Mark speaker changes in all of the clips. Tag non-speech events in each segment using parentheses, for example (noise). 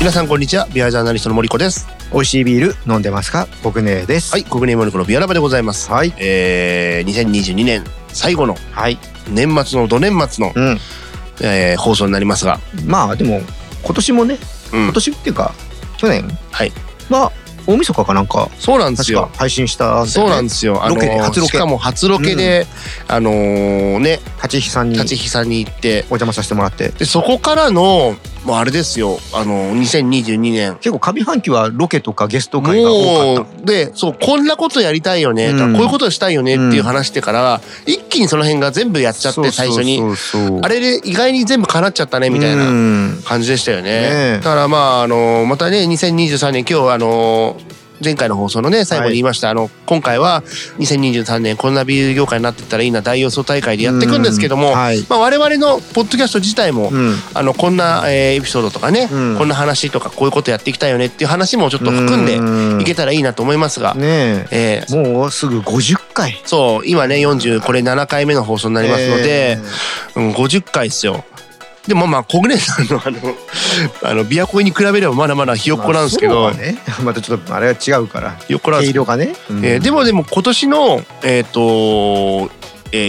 Speaker 1: 皆さんこんにちはビアジャーナリストの森子です
Speaker 2: 美味しいビール飲んでますか僕ねです
Speaker 1: はい国内森子のビアラバでございます
Speaker 2: はい
Speaker 1: えー、2022年最後の
Speaker 2: はい
Speaker 1: 年末のど年末の、
Speaker 2: うん
Speaker 1: えー放送になりますが、
Speaker 2: まあでも今年もね
Speaker 1: うん
Speaker 2: 今年っていうか去年
Speaker 1: はい
Speaker 2: は大晦日かなんか
Speaker 1: そうなんです
Speaker 2: 確
Speaker 1: よ
Speaker 2: か配信したんだよね
Speaker 1: そうなんですよ。あの
Speaker 2: ロケで初ロケ
Speaker 1: しかも初ロケで、あのーね、
Speaker 2: 立ち日さんにお
Speaker 1: 立ちさんに行って、
Speaker 2: 邪魔させてもらって
Speaker 1: で、そこからの、もうあれですよ、あのー、2022年。
Speaker 2: 結構上半期はロケとかゲスト会が多
Speaker 1: も
Speaker 2: かっ
Speaker 1: う、で、そう、こんなことやりたいよね、とか
Speaker 2: うん
Speaker 1: こういうことしたいよねっていう話してから、一気にその辺が全部やっちゃ
Speaker 2: た
Speaker 1: って、最初に。
Speaker 2: そうそうそう
Speaker 1: あれで意外に全部叶っちゃったね、みたいうなん感じでしたよ
Speaker 2: ね
Speaker 1: ね
Speaker 2: え。
Speaker 1: だからまあ、あのー、またね、2023年、今日はあのー、前回の放送のね、最後に言いました、あの、今回は2023年こんなビール業界になってったらいいな、大予想大会でやっていくんですけども、
Speaker 2: うんはい
Speaker 1: まあ、我々のポッドキャスト自体も、
Speaker 2: うん
Speaker 1: あのこんな、えーエピソードとかね、
Speaker 2: うん
Speaker 1: こんな話とかこういうことやっていきたいよねっていう話もちょっと含んで
Speaker 2: うん
Speaker 1: いけたらいいなと思いますが、
Speaker 2: ね
Speaker 1: えー
Speaker 2: えもうすぐ50回
Speaker 1: そう今ね40これ7回目の放送になりますので、うん、50回ですよ。でもまあコグネさんのあのあのビアコイに比べればまだまだひよっこなんですけど、
Speaker 2: まあそうはね (laughs) またちょっとあれが違うから
Speaker 1: ひよっこなんです
Speaker 2: 毛色がね
Speaker 1: えーで
Speaker 2: も
Speaker 1: もでも今年のえっ、と、えー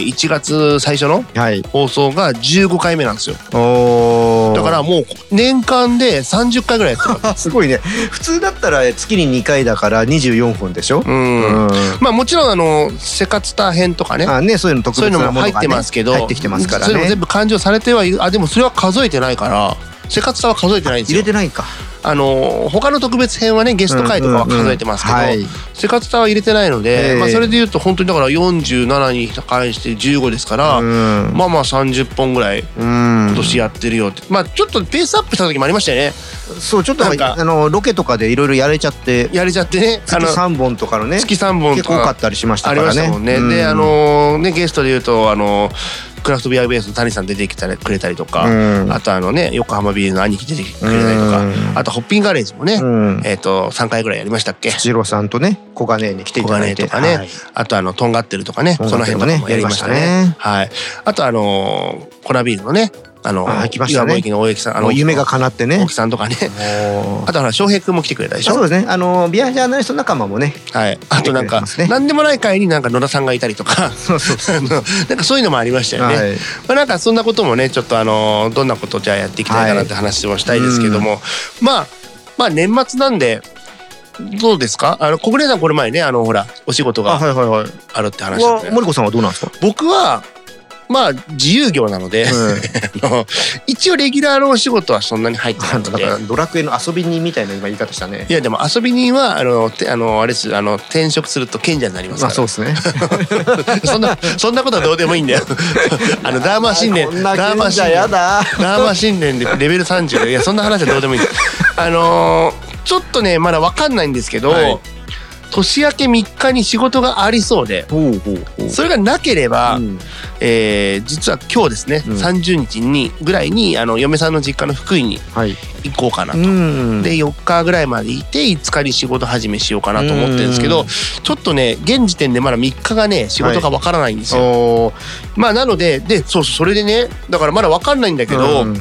Speaker 1: 1月最初の
Speaker 2: はい
Speaker 1: 放送が15回目なんですよ
Speaker 2: おー
Speaker 1: だからもう年間で30回ぐらいやってる
Speaker 2: すごいね普通だったら月に2回だから24本でしょ、
Speaker 1: うん
Speaker 2: (laughs) うん
Speaker 1: まあもちろんあの「セカツタ編」とかね
Speaker 2: あねそういうの特
Speaker 1: そうい
Speaker 2: 別
Speaker 1: うの
Speaker 2: な
Speaker 1: も
Speaker 2: ものが、
Speaker 1: 入って
Speaker 2: ね、
Speaker 1: ますけど
Speaker 2: 入ってきてますから
Speaker 1: そういうのも
Speaker 2: ね
Speaker 1: 全部勘定されてはいるあでもそれは数えてないからセカツタは数えてないんです
Speaker 2: 入れ
Speaker 1: よ
Speaker 2: てないか
Speaker 1: あの他の特別編はねゲスト回とかは数えてますけど、
Speaker 2: うんうんうんはい
Speaker 1: セカツタは入れてないので、
Speaker 2: ええ
Speaker 1: まあ、それでいうと本当にだから47に関して15ですから、
Speaker 2: うん
Speaker 1: まあまあ30本ぐらい
Speaker 2: うん
Speaker 1: 今年やってるよって、まあちょっとペースアップした時もありましたよね
Speaker 2: そうちょっと
Speaker 1: なんか
Speaker 2: あのロケとかでいろいろやれちゃって
Speaker 1: やれちゃってねあ
Speaker 2: 月
Speaker 1: の
Speaker 2: 3本とかのね
Speaker 1: 月3本と
Speaker 2: 結構多
Speaker 1: か
Speaker 2: かったりしました
Speaker 1: あ
Speaker 2: か
Speaker 1: りま
Speaker 2: ら
Speaker 1: し
Speaker 2: ね
Speaker 1: たもんね。
Speaker 2: うん
Speaker 1: で、あのね、ゲストで言うと、あのクラフトビアベースの谷さん出てきたりくれたりとか、
Speaker 2: うん
Speaker 1: あとあのね、横浜ビールの兄貴出てきてくれたりとか、
Speaker 2: うん
Speaker 1: あとホッピンガレージもね、
Speaker 2: うん
Speaker 1: えっ、と、3回ぐらいやりましたっけ
Speaker 2: ジロさんとね小金井に来てい
Speaker 1: 小
Speaker 2: ただ
Speaker 1: 金
Speaker 2: い
Speaker 1: 井
Speaker 2: て
Speaker 1: とかね、
Speaker 2: はい
Speaker 1: あとあの、とんがってるとかね、
Speaker 2: とん
Speaker 1: その
Speaker 2: がってる
Speaker 1: 辺と
Speaker 2: もね
Speaker 1: かもやりましたね。
Speaker 2: やりましたね
Speaker 1: はい。あとあのー、コラビールのね、あの
Speaker 2: あー来ましたね
Speaker 1: 岩本駅の大駅さん、あの、
Speaker 2: もう夢が叶ってね
Speaker 1: 大木さんとかね、
Speaker 2: もう
Speaker 1: あとあの、翔平くんも来てくれたでし
Speaker 2: あそう
Speaker 1: ょ
Speaker 2: ですねあのビアジャーナリスト仲間もね
Speaker 1: はい。あとなん
Speaker 2: 来て
Speaker 1: か
Speaker 2: くれてます、ね
Speaker 1: なんでもない会になんか野田さんがいたりとか、
Speaker 2: そうそう
Speaker 1: (laughs) あのなんかそういうのもありましたよね。
Speaker 2: はい
Speaker 1: まあ、なんかそんなこともねちょっとあのどんなことをじゃあやっていきたいかなって話をしたいですけども、まあまあ年末なんでどうですかあの小暮さんこれ前ねあのほらお仕事
Speaker 2: あ
Speaker 1: が
Speaker 2: はいはいはい
Speaker 1: あるって話だった
Speaker 2: は
Speaker 1: よね
Speaker 2: 森子さんはどうなんですか、
Speaker 1: 僕はまあ自由業なので、 (laughs) あの一応レギュラーのお仕事はそんなに入ってないの
Speaker 2: だ
Speaker 1: で
Speaker 2: から。ドラクエの遊び人みたいな今言い方したね
Speaker 1: いやでも遊び人はあのてあのあれですあの転職すると賢者になります
Speaker 2: まあ
Speaker 1: か
Speaker 2: そう
Speaker 1: ら
Speaker 2: です
Speaker 1: (laughs)
Speaker 2: ね
Speaker 1: そんなそんなことはどうでもいいん
Speaker 2: (laughs)
Speaker 1: だよあのダーマ神殿
Speaker 2: こんな
Speaker 1: ダーマ神
Speaker 2: 賢者
Speaker 1: 殿
Speaker 2: やだ
Speaker 1: ラーマ神殿でレベル30いやそんな話はどうでもいいあのーちょっとねまだ分かんないんですけど、
Speaker 2: はい
Speaker 1: 年明け3日に仕事がありそうで
Speaker 2: ほうほうほ
Speaker 1: それがなければ、
Speaker 2: うん
Speaker 1: えー実は今日ですね、
Speaker 2: うん
Speaker 1: 30日にぐらいにあの嫁さんの実家の福井に
Speaker 2: はい
Speaker 1: 行こうかなと。
Speaker 2: ん
Speaker 1: で4日ぐらいまでいて5日に仕事始めしようかなと思ってるんですけ
Speaker 2: う
Speaker 1: ど
Speaker 2: ん
Speaker 1: ちょっとね現時点でまだ3日がね仕事がわからないんですよ。
Speaker 2: おー
Speaker 1: まあなのででそうそうそれでねだからまだわかんないんだけど、
Speaker 2: うん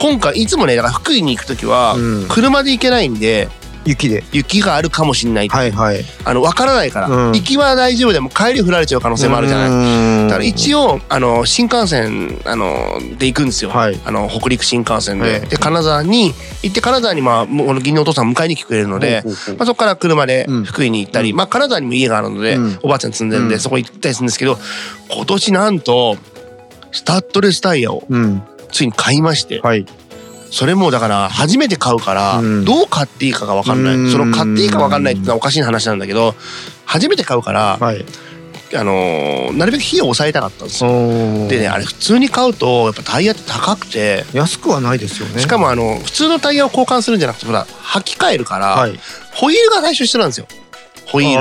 Speaker 1: 今回いつもねだから福井に行く時は
Speaker 2: うん
Speaker 1: 車で行けないんで
Speaker 2: 雪で
Speaker 1: 雪があるかもしんない、
Speaker 2: はいはい
Speaker 1: あの分からないから、
Speaker 2: うん
Speaker 1: 行きは大丈夫でも帰り降られちゃう可能性もあるじゃない、
Speaker 2: ない
Speaker 1: だから一応あの新幹線あので行くんですよ、
Speaker 2: はい
Speaker 1: あの北陸新幹線で、
Speaker 2: ええ
Speaker 1: で金沢に行って金沢にまあもうこの義理のお父さん迎えに来てくれるので、まあ、そこから車で
Speaker 2: うん
Speaker 1: 福井に行ったり、まあ、金沢にも家があるので、
Speaker 2: うん
Speaker 1: おばあちゃん住んでるんで、
Speaker 2: うん
Speaker 1: そこ行ったりするんですけど今年なんとスタッドレスタイヤを
Speaker 2: うん
Speaker 1: ついに買いまして、
Speaker 2: はい
Speaker 1: それもだから初めて買うから
Speaker 2: うん
Speaker 1: どう買っていいかが分かんな
Speaker 2: う
Speaker 1: い
Speaker 2: ん
Speaker 1: その買っていいか分かんないってのはおかしい話なんだけど初めて買うから
Speaker 2: はい
Speaker 1: あのーなるべく費用を抑えたかったんですよ
Speaker 2: お
Speaker 1: でねあれ普通に買うとやっぱタイヤって高くて
Speaker 2: 安くはないですよね
Speaker 1: しかもあの普通のタイヤを交換するんじゃなくてほら履き替えるから
Speaker 2: はい
Speaker 1: ホイールが最初必要なんですよホイー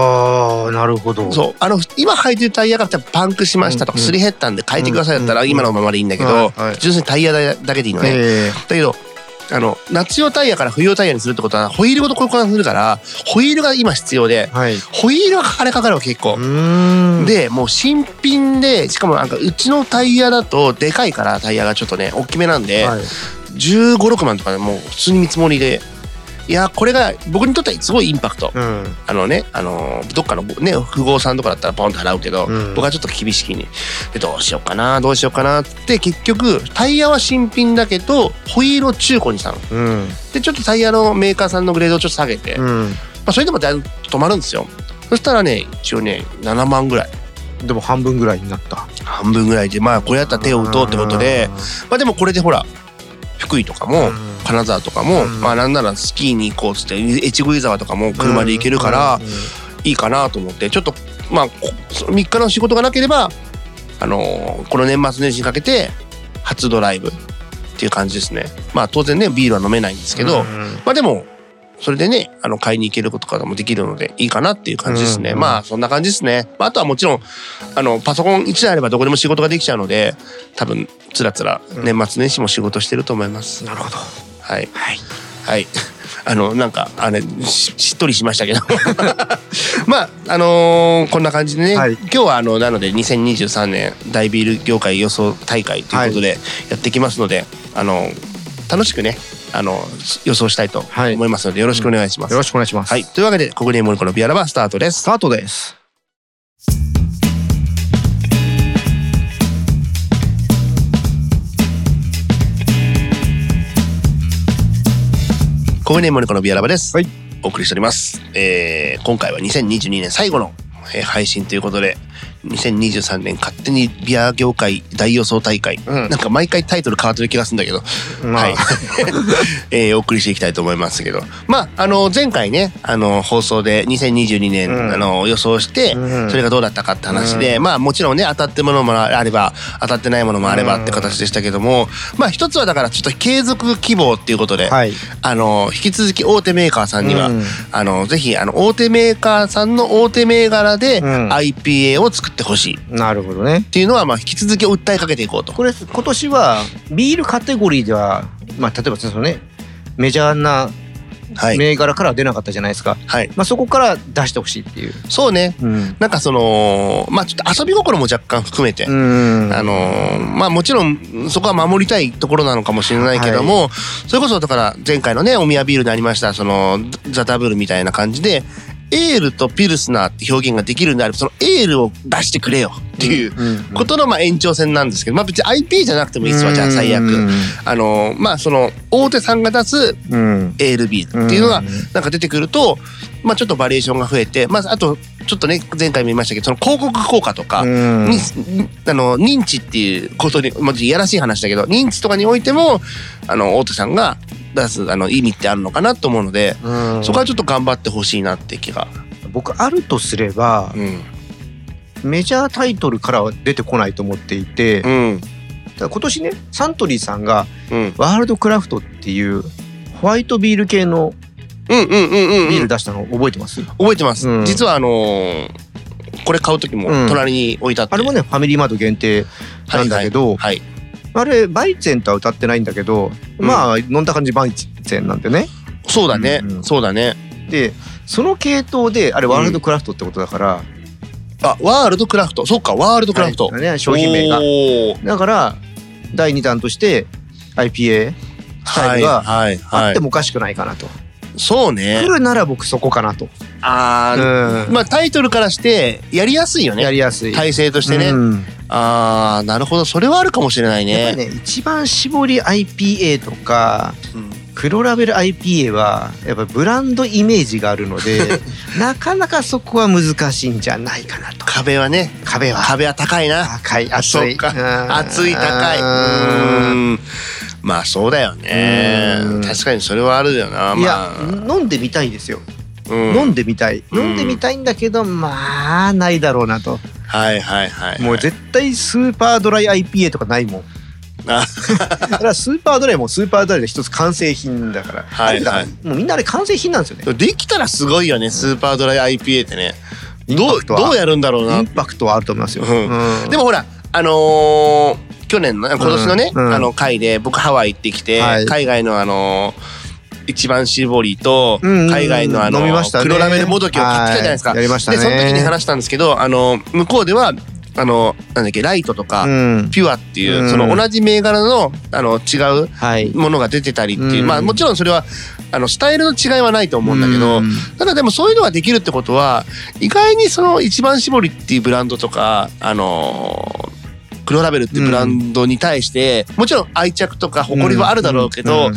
Speaker 2: ああなるほど
Speaker 1: ル
Speaker 2: う
Speaker 1: そうあの今履いてるタイヤが多分パンクしましたとか
Speaker 2: うんうん
Speaker 1: すり減ったんで変えてくださいだったら
Speaker 2: うんうん
Speaker 1: 今のままでいいんだけ
Speaker 2: は
Speaker 1: ど
Speaker 2: いはい
Speaker 1: 純粋にタイヤだけでいいのね
Speaker 2: え
Speaker 1: だけどあの夏用タイヤから冬用タイヤにするってことはホイールごと交換するからホイールが今必要で
Speaker 2: えはい
Speaker 1: ホイールは金かかるわ結構。
Speaker 2: ん
Speaker 1: でもう新品でしかもなんかうちのタイヤだとでかいからタイヤがちょっとね大きめなんで、
Speaker 2: はい
Speaker 1: 1 5 6万とかでもう普通に見積もりでいやこれが僕にとってはすごいインパクト
Speaker 2: うん
Speaker 1: あのねあのどっかのね富豪さんとかだったらポンと払うけど、
Speaker 2: うん
Speaker 1: 僕はちょっと厳しきにでどうしようかなどうしようかなって結局タイヤは新品だけどホイールを中古にしたの
Speaker 2: うん
Speaker 1: でちょっとタイヤのメーカーさんのグレードをちょっと下げて、ま
Speaker 2: うん
Speaker 1: あ、それでもだいぶ止まるんですよそしたらね一応ね7万ぐらい
Speaker 2: でも半分ぐらいになった
Speaker 1: 半分ぐらいでまあこれやったら手を打とうってことでまあでもこれでほら福井とか
Speaker 2: うん
Speaker 1: も金沢とかも、
Speaker 2: うん
Speaker 1: まあなんならスキーに行こうっつって越後湯沢とかも車で行けるからいいかなと思ってちょっとまあ3日の仕事がなければあのーこの年末年始にかけて初ドライブっていう感じですねまあ当然ねビールは飲めないんですけど、
Speaker 2: うん
Speaker 1: まあでもそれでねあの買いに行けることとかもできるのでいいかなっていう感じですね、
Speaker 2: うんうん
Speaker 1: まあそんな感じですね、まあ、あとはもちろんあのパソコン1台あればどこでも仕事ができちゃうので多分つらつら年末年始も仕事してると思います、
Speaker 2: なるほど
Speaker 1: はい
Speaker 2: はい
Speaker 1: はい。 (laughs) あの、なんか、あれ、ししっとりしましたけど。 (laughs) まあ、あのーこんな感じでね、
Speaker 2: はい
Speaker 1: 今日は、あの、なので、2023年大ビール業界予想大会ということで、やってきますので、あの、楽しくね、あの、予想したいと
Speaker 2: はい
Speaker 1: 思いますので、よろしくお願いします。
Speaker 2: よろしくお願いします
Speaker 1: はい。というわけで、国連モルコのビアラバスタートです
Speaker 2: ス。タートです
Speaker 1: 国連モルコのビアラバです。
Speaker 2: はい
Speaker 1: お送りしております。えー今回は2022年最後の、えー配信ということで、2023年勝手にビア業界大予想大会、
Speaker 2: うん
Speaker 1: なんか毎回タイトル変わってる気がするんだけど、
Speaker 2: まあ
Speaker 1: はい。 (laughs) えーお送りしていきたいと思いますけど、まあ、あの、前回ね、あの、放送で2022年、
Speaker 2: うん
Speaker 1: あの、予想して、
Speaker 2: うん
Speaker 1: それがどうだったかって話で、まあ、もちろんね、当たってるものもあれば、当たってないものもあればって形でしたけども、まあ、一つはだから、ちょっと継続希望っていうことで、
Speaker 2: はい
Speaker 1: あの引き続き大手メーカーさんには、
Speaker 2: うん
Speaker 1: あのぜひあの大手メーカーさんの大手銘柄で
Speaker 2: うん
Speaker 1: IPA を作ってほしいっ
Speaker 2: なるほどね
Speaker 1: ていうのは、まあ、引き続き訴えかけていこうと。
Speaker 2: これ今年はビールカテゴリーではまあ例えばそのねメジャーな
Speaker 1: はい
Speaker 2: 銘柄からは出なかったじゃないですか、
Speaker 1: はい、
Speaker 2: まあ、そこから出してほしいっていう、
Speaker 1: そうね
Speaker 2: うん、
Speaker 1: なんかそのまあちょっと遊び心も若干含めて、
Speaker 2: うん
Speaker 1: あのーまあもちろんそこは守りたいところなのかもしれないけども、それこそだから前回のねお宮ビールでありましたそのザ・ダブルみたいな感じでエールとピルスナーって表現ができるんであればそのエールを出してくれよっていうことのまあ延長線なんですけど、まあ、別に IP じゃなくてもいいっすわじゃあ最悪。あのまあその大手さんが出す
Speaker 2: うん、
Speaker 1: A ル B っていうのが
Speaker 2: ん
Speaker 1: なんか出てくると、まあ、ちょっとバリエーションが増えて、まあ、あとちょっとね前回も言いましたけどその広告効果とか、
Speaker 2: うん
Speaker 1: にあの認知っていうことにまあ、いやらしい話だけど認知とかにおいてもあの大手さんが出すあの意味ってあるのかなと思うので、
Speaker 2: うん
Speaker 1: そこはちょっと頑張ってほしいなって気が。
Speaker 2: 僕あるとすれば
Speaker 1: うん
Speaker 2: メジャータイトルからは出てこないと思っていて、
Speaker 1: うん
Speaker 2: ただ今年ねサントリーさんが
Speaker 1: うん
Speaker 2: ワールドクラフトっていうホワイトビール系の
Speaker 1: うんうんうんうん
Speaker 2: ビール出したの覚えてます、
Speaker 1: 覚えてます、
Speaker 2: うん
Speaker 1: 実はあのーこれ買う時も
Speaker 2: うん
Speaker 1: 隣に置いてあって、
Speaker 2: あれもねファミリーマート限定なんだけど、
Speaker 1: はい
Speaker 2: あれバイゼンとは歌ってないんだけど、
Speaker 1: うん
Speaker 2: まあ飲んだ感じバイゼンなんでね
Speaker 1: そうだね、
Speaker 2: うんうん
Speaker 1: そうだね
Speaker 2: でその系統であれワールドクラフトってことだから、
Speaker 1: あワールドクラフトそっかワールドクラフト、
Speaker 2: はいね、商品名が
Speaker 1: おー
Speaker 2: だから第2弾として IPA スタ
Speaker 1: は
Speaker 2: イ
Speaker 1: い
Speaker 2: ルが
Speaker 1: はい
Speaker 2: あ
Speaker 1: は
Speaker 2: っ
Speaker 1: い
Speaker 2: てもおかしくないかなと、
Speaker 1: そうね
Speaker 2: 来るなら僕そこかなと、
Speaker 1: あー、
Speaker 2: うん
Speaker 1: まあタイトルからしてやりやすいよ
Speaker 2: や
Speaker 1: ね
Speaker 2: りやすい
Speaker 1: 体制としてね、
Speaker 2: うん
Speaker 1: ああなるほどそれはあるかもしれない
Speaker 2: や
Speaker 1: ね
Speaker 2: っぱりね一番絞り IPA とか
Speaker 1: うん
Speaker 2: 黒ラベル IPA はやっぱブランドイメージがある
Speaker 1: (laughs)
Speaker 2: のでなかなかそこは難しいんじゃないかなと
Speaker 1: 壁はね
Speaker 2: 壁は
Speaker 1: 壁は高いな
Speaker 2: 高い熱
Speaker 1: そ
Speaker 2: い
Speaker 1: っか
Speaker 2: うん
Speaker 1: 熱い高いう
Speaker 2: うん
Speaker 1: ーんまあそうだよね
Speaker 2: うん
Speaker 1: 確かにそれはあるよなまあ
Speaker 2: いや飲んでみたいですよ、
Speaker 1: うん
Speaker 2: 飲んでみたい
Speaker 1: うん
Speaker 2: 飲んでみたいんだけどまあないだろうなと、
Speaker 1: はいはいはいはい
Speaker 2: もう絶対スーパードライ IPA とかないもん
Speaker 1: あ
Speaker 2: だからスーパードライもスーパードライで一つ完成品だから、
Speaker 1: はいはい
Speaker 2: だからもうみんなあれ完成品なんですよね
Speaker 1: できたらすごいよねスーパードライ IPA ってね
Speaker 2: イン
Speaker 1: ど
Speaker 2: パ
Speaker 1: う
Speaker 2: クトは
Speaker 1: どうやるんだろうな
Speaker 2: インパクトはあると思いますよ、
Speaker 1: うん
Speaker 2: うん
Speaker 1: でもほらあのー去年の今年のね、
Speaker 2: うん
Speaker 1: あの会で僕ハワイ行ってきて、
Speaker 2: はい
Speaker 1: 海外のあのー一番搾りと
Speaker 2: うんうんうん
Speaker 1: 海外のあの
Speaker 2: 飲みましたね
Speaker 1: 黒ラメルもどきを買ってきたじゃないですか。
Speaker 2: はいやりましたね
Speaker 1: でその時に話したんですけどあの向こうではあの、なんだっけ、ライトとか、
Speaker 2: うん
Speaker 1: ピュアっていう、
Speaker 2: うん
Speaker 1: その同じ銘柄の、あの、違う
Speaker 2: はい
Speaker 1: ものが出てたりっていう、
Speaker 2: うん
Speaker 1: まあもちろんそれは、あの、スタイルの違いはないと思うんだけど、
Speaker 2: うん
Speaker 1: ただでもそういうのができるってことは意外にその一番絞りっていうブランドとかあのー黒ラベルっていうブランドに対して、もちろん愛着とか誇りはあるだろうけど、
Speaker 2: ん
Speaker 1: 新
Speaker 2: ん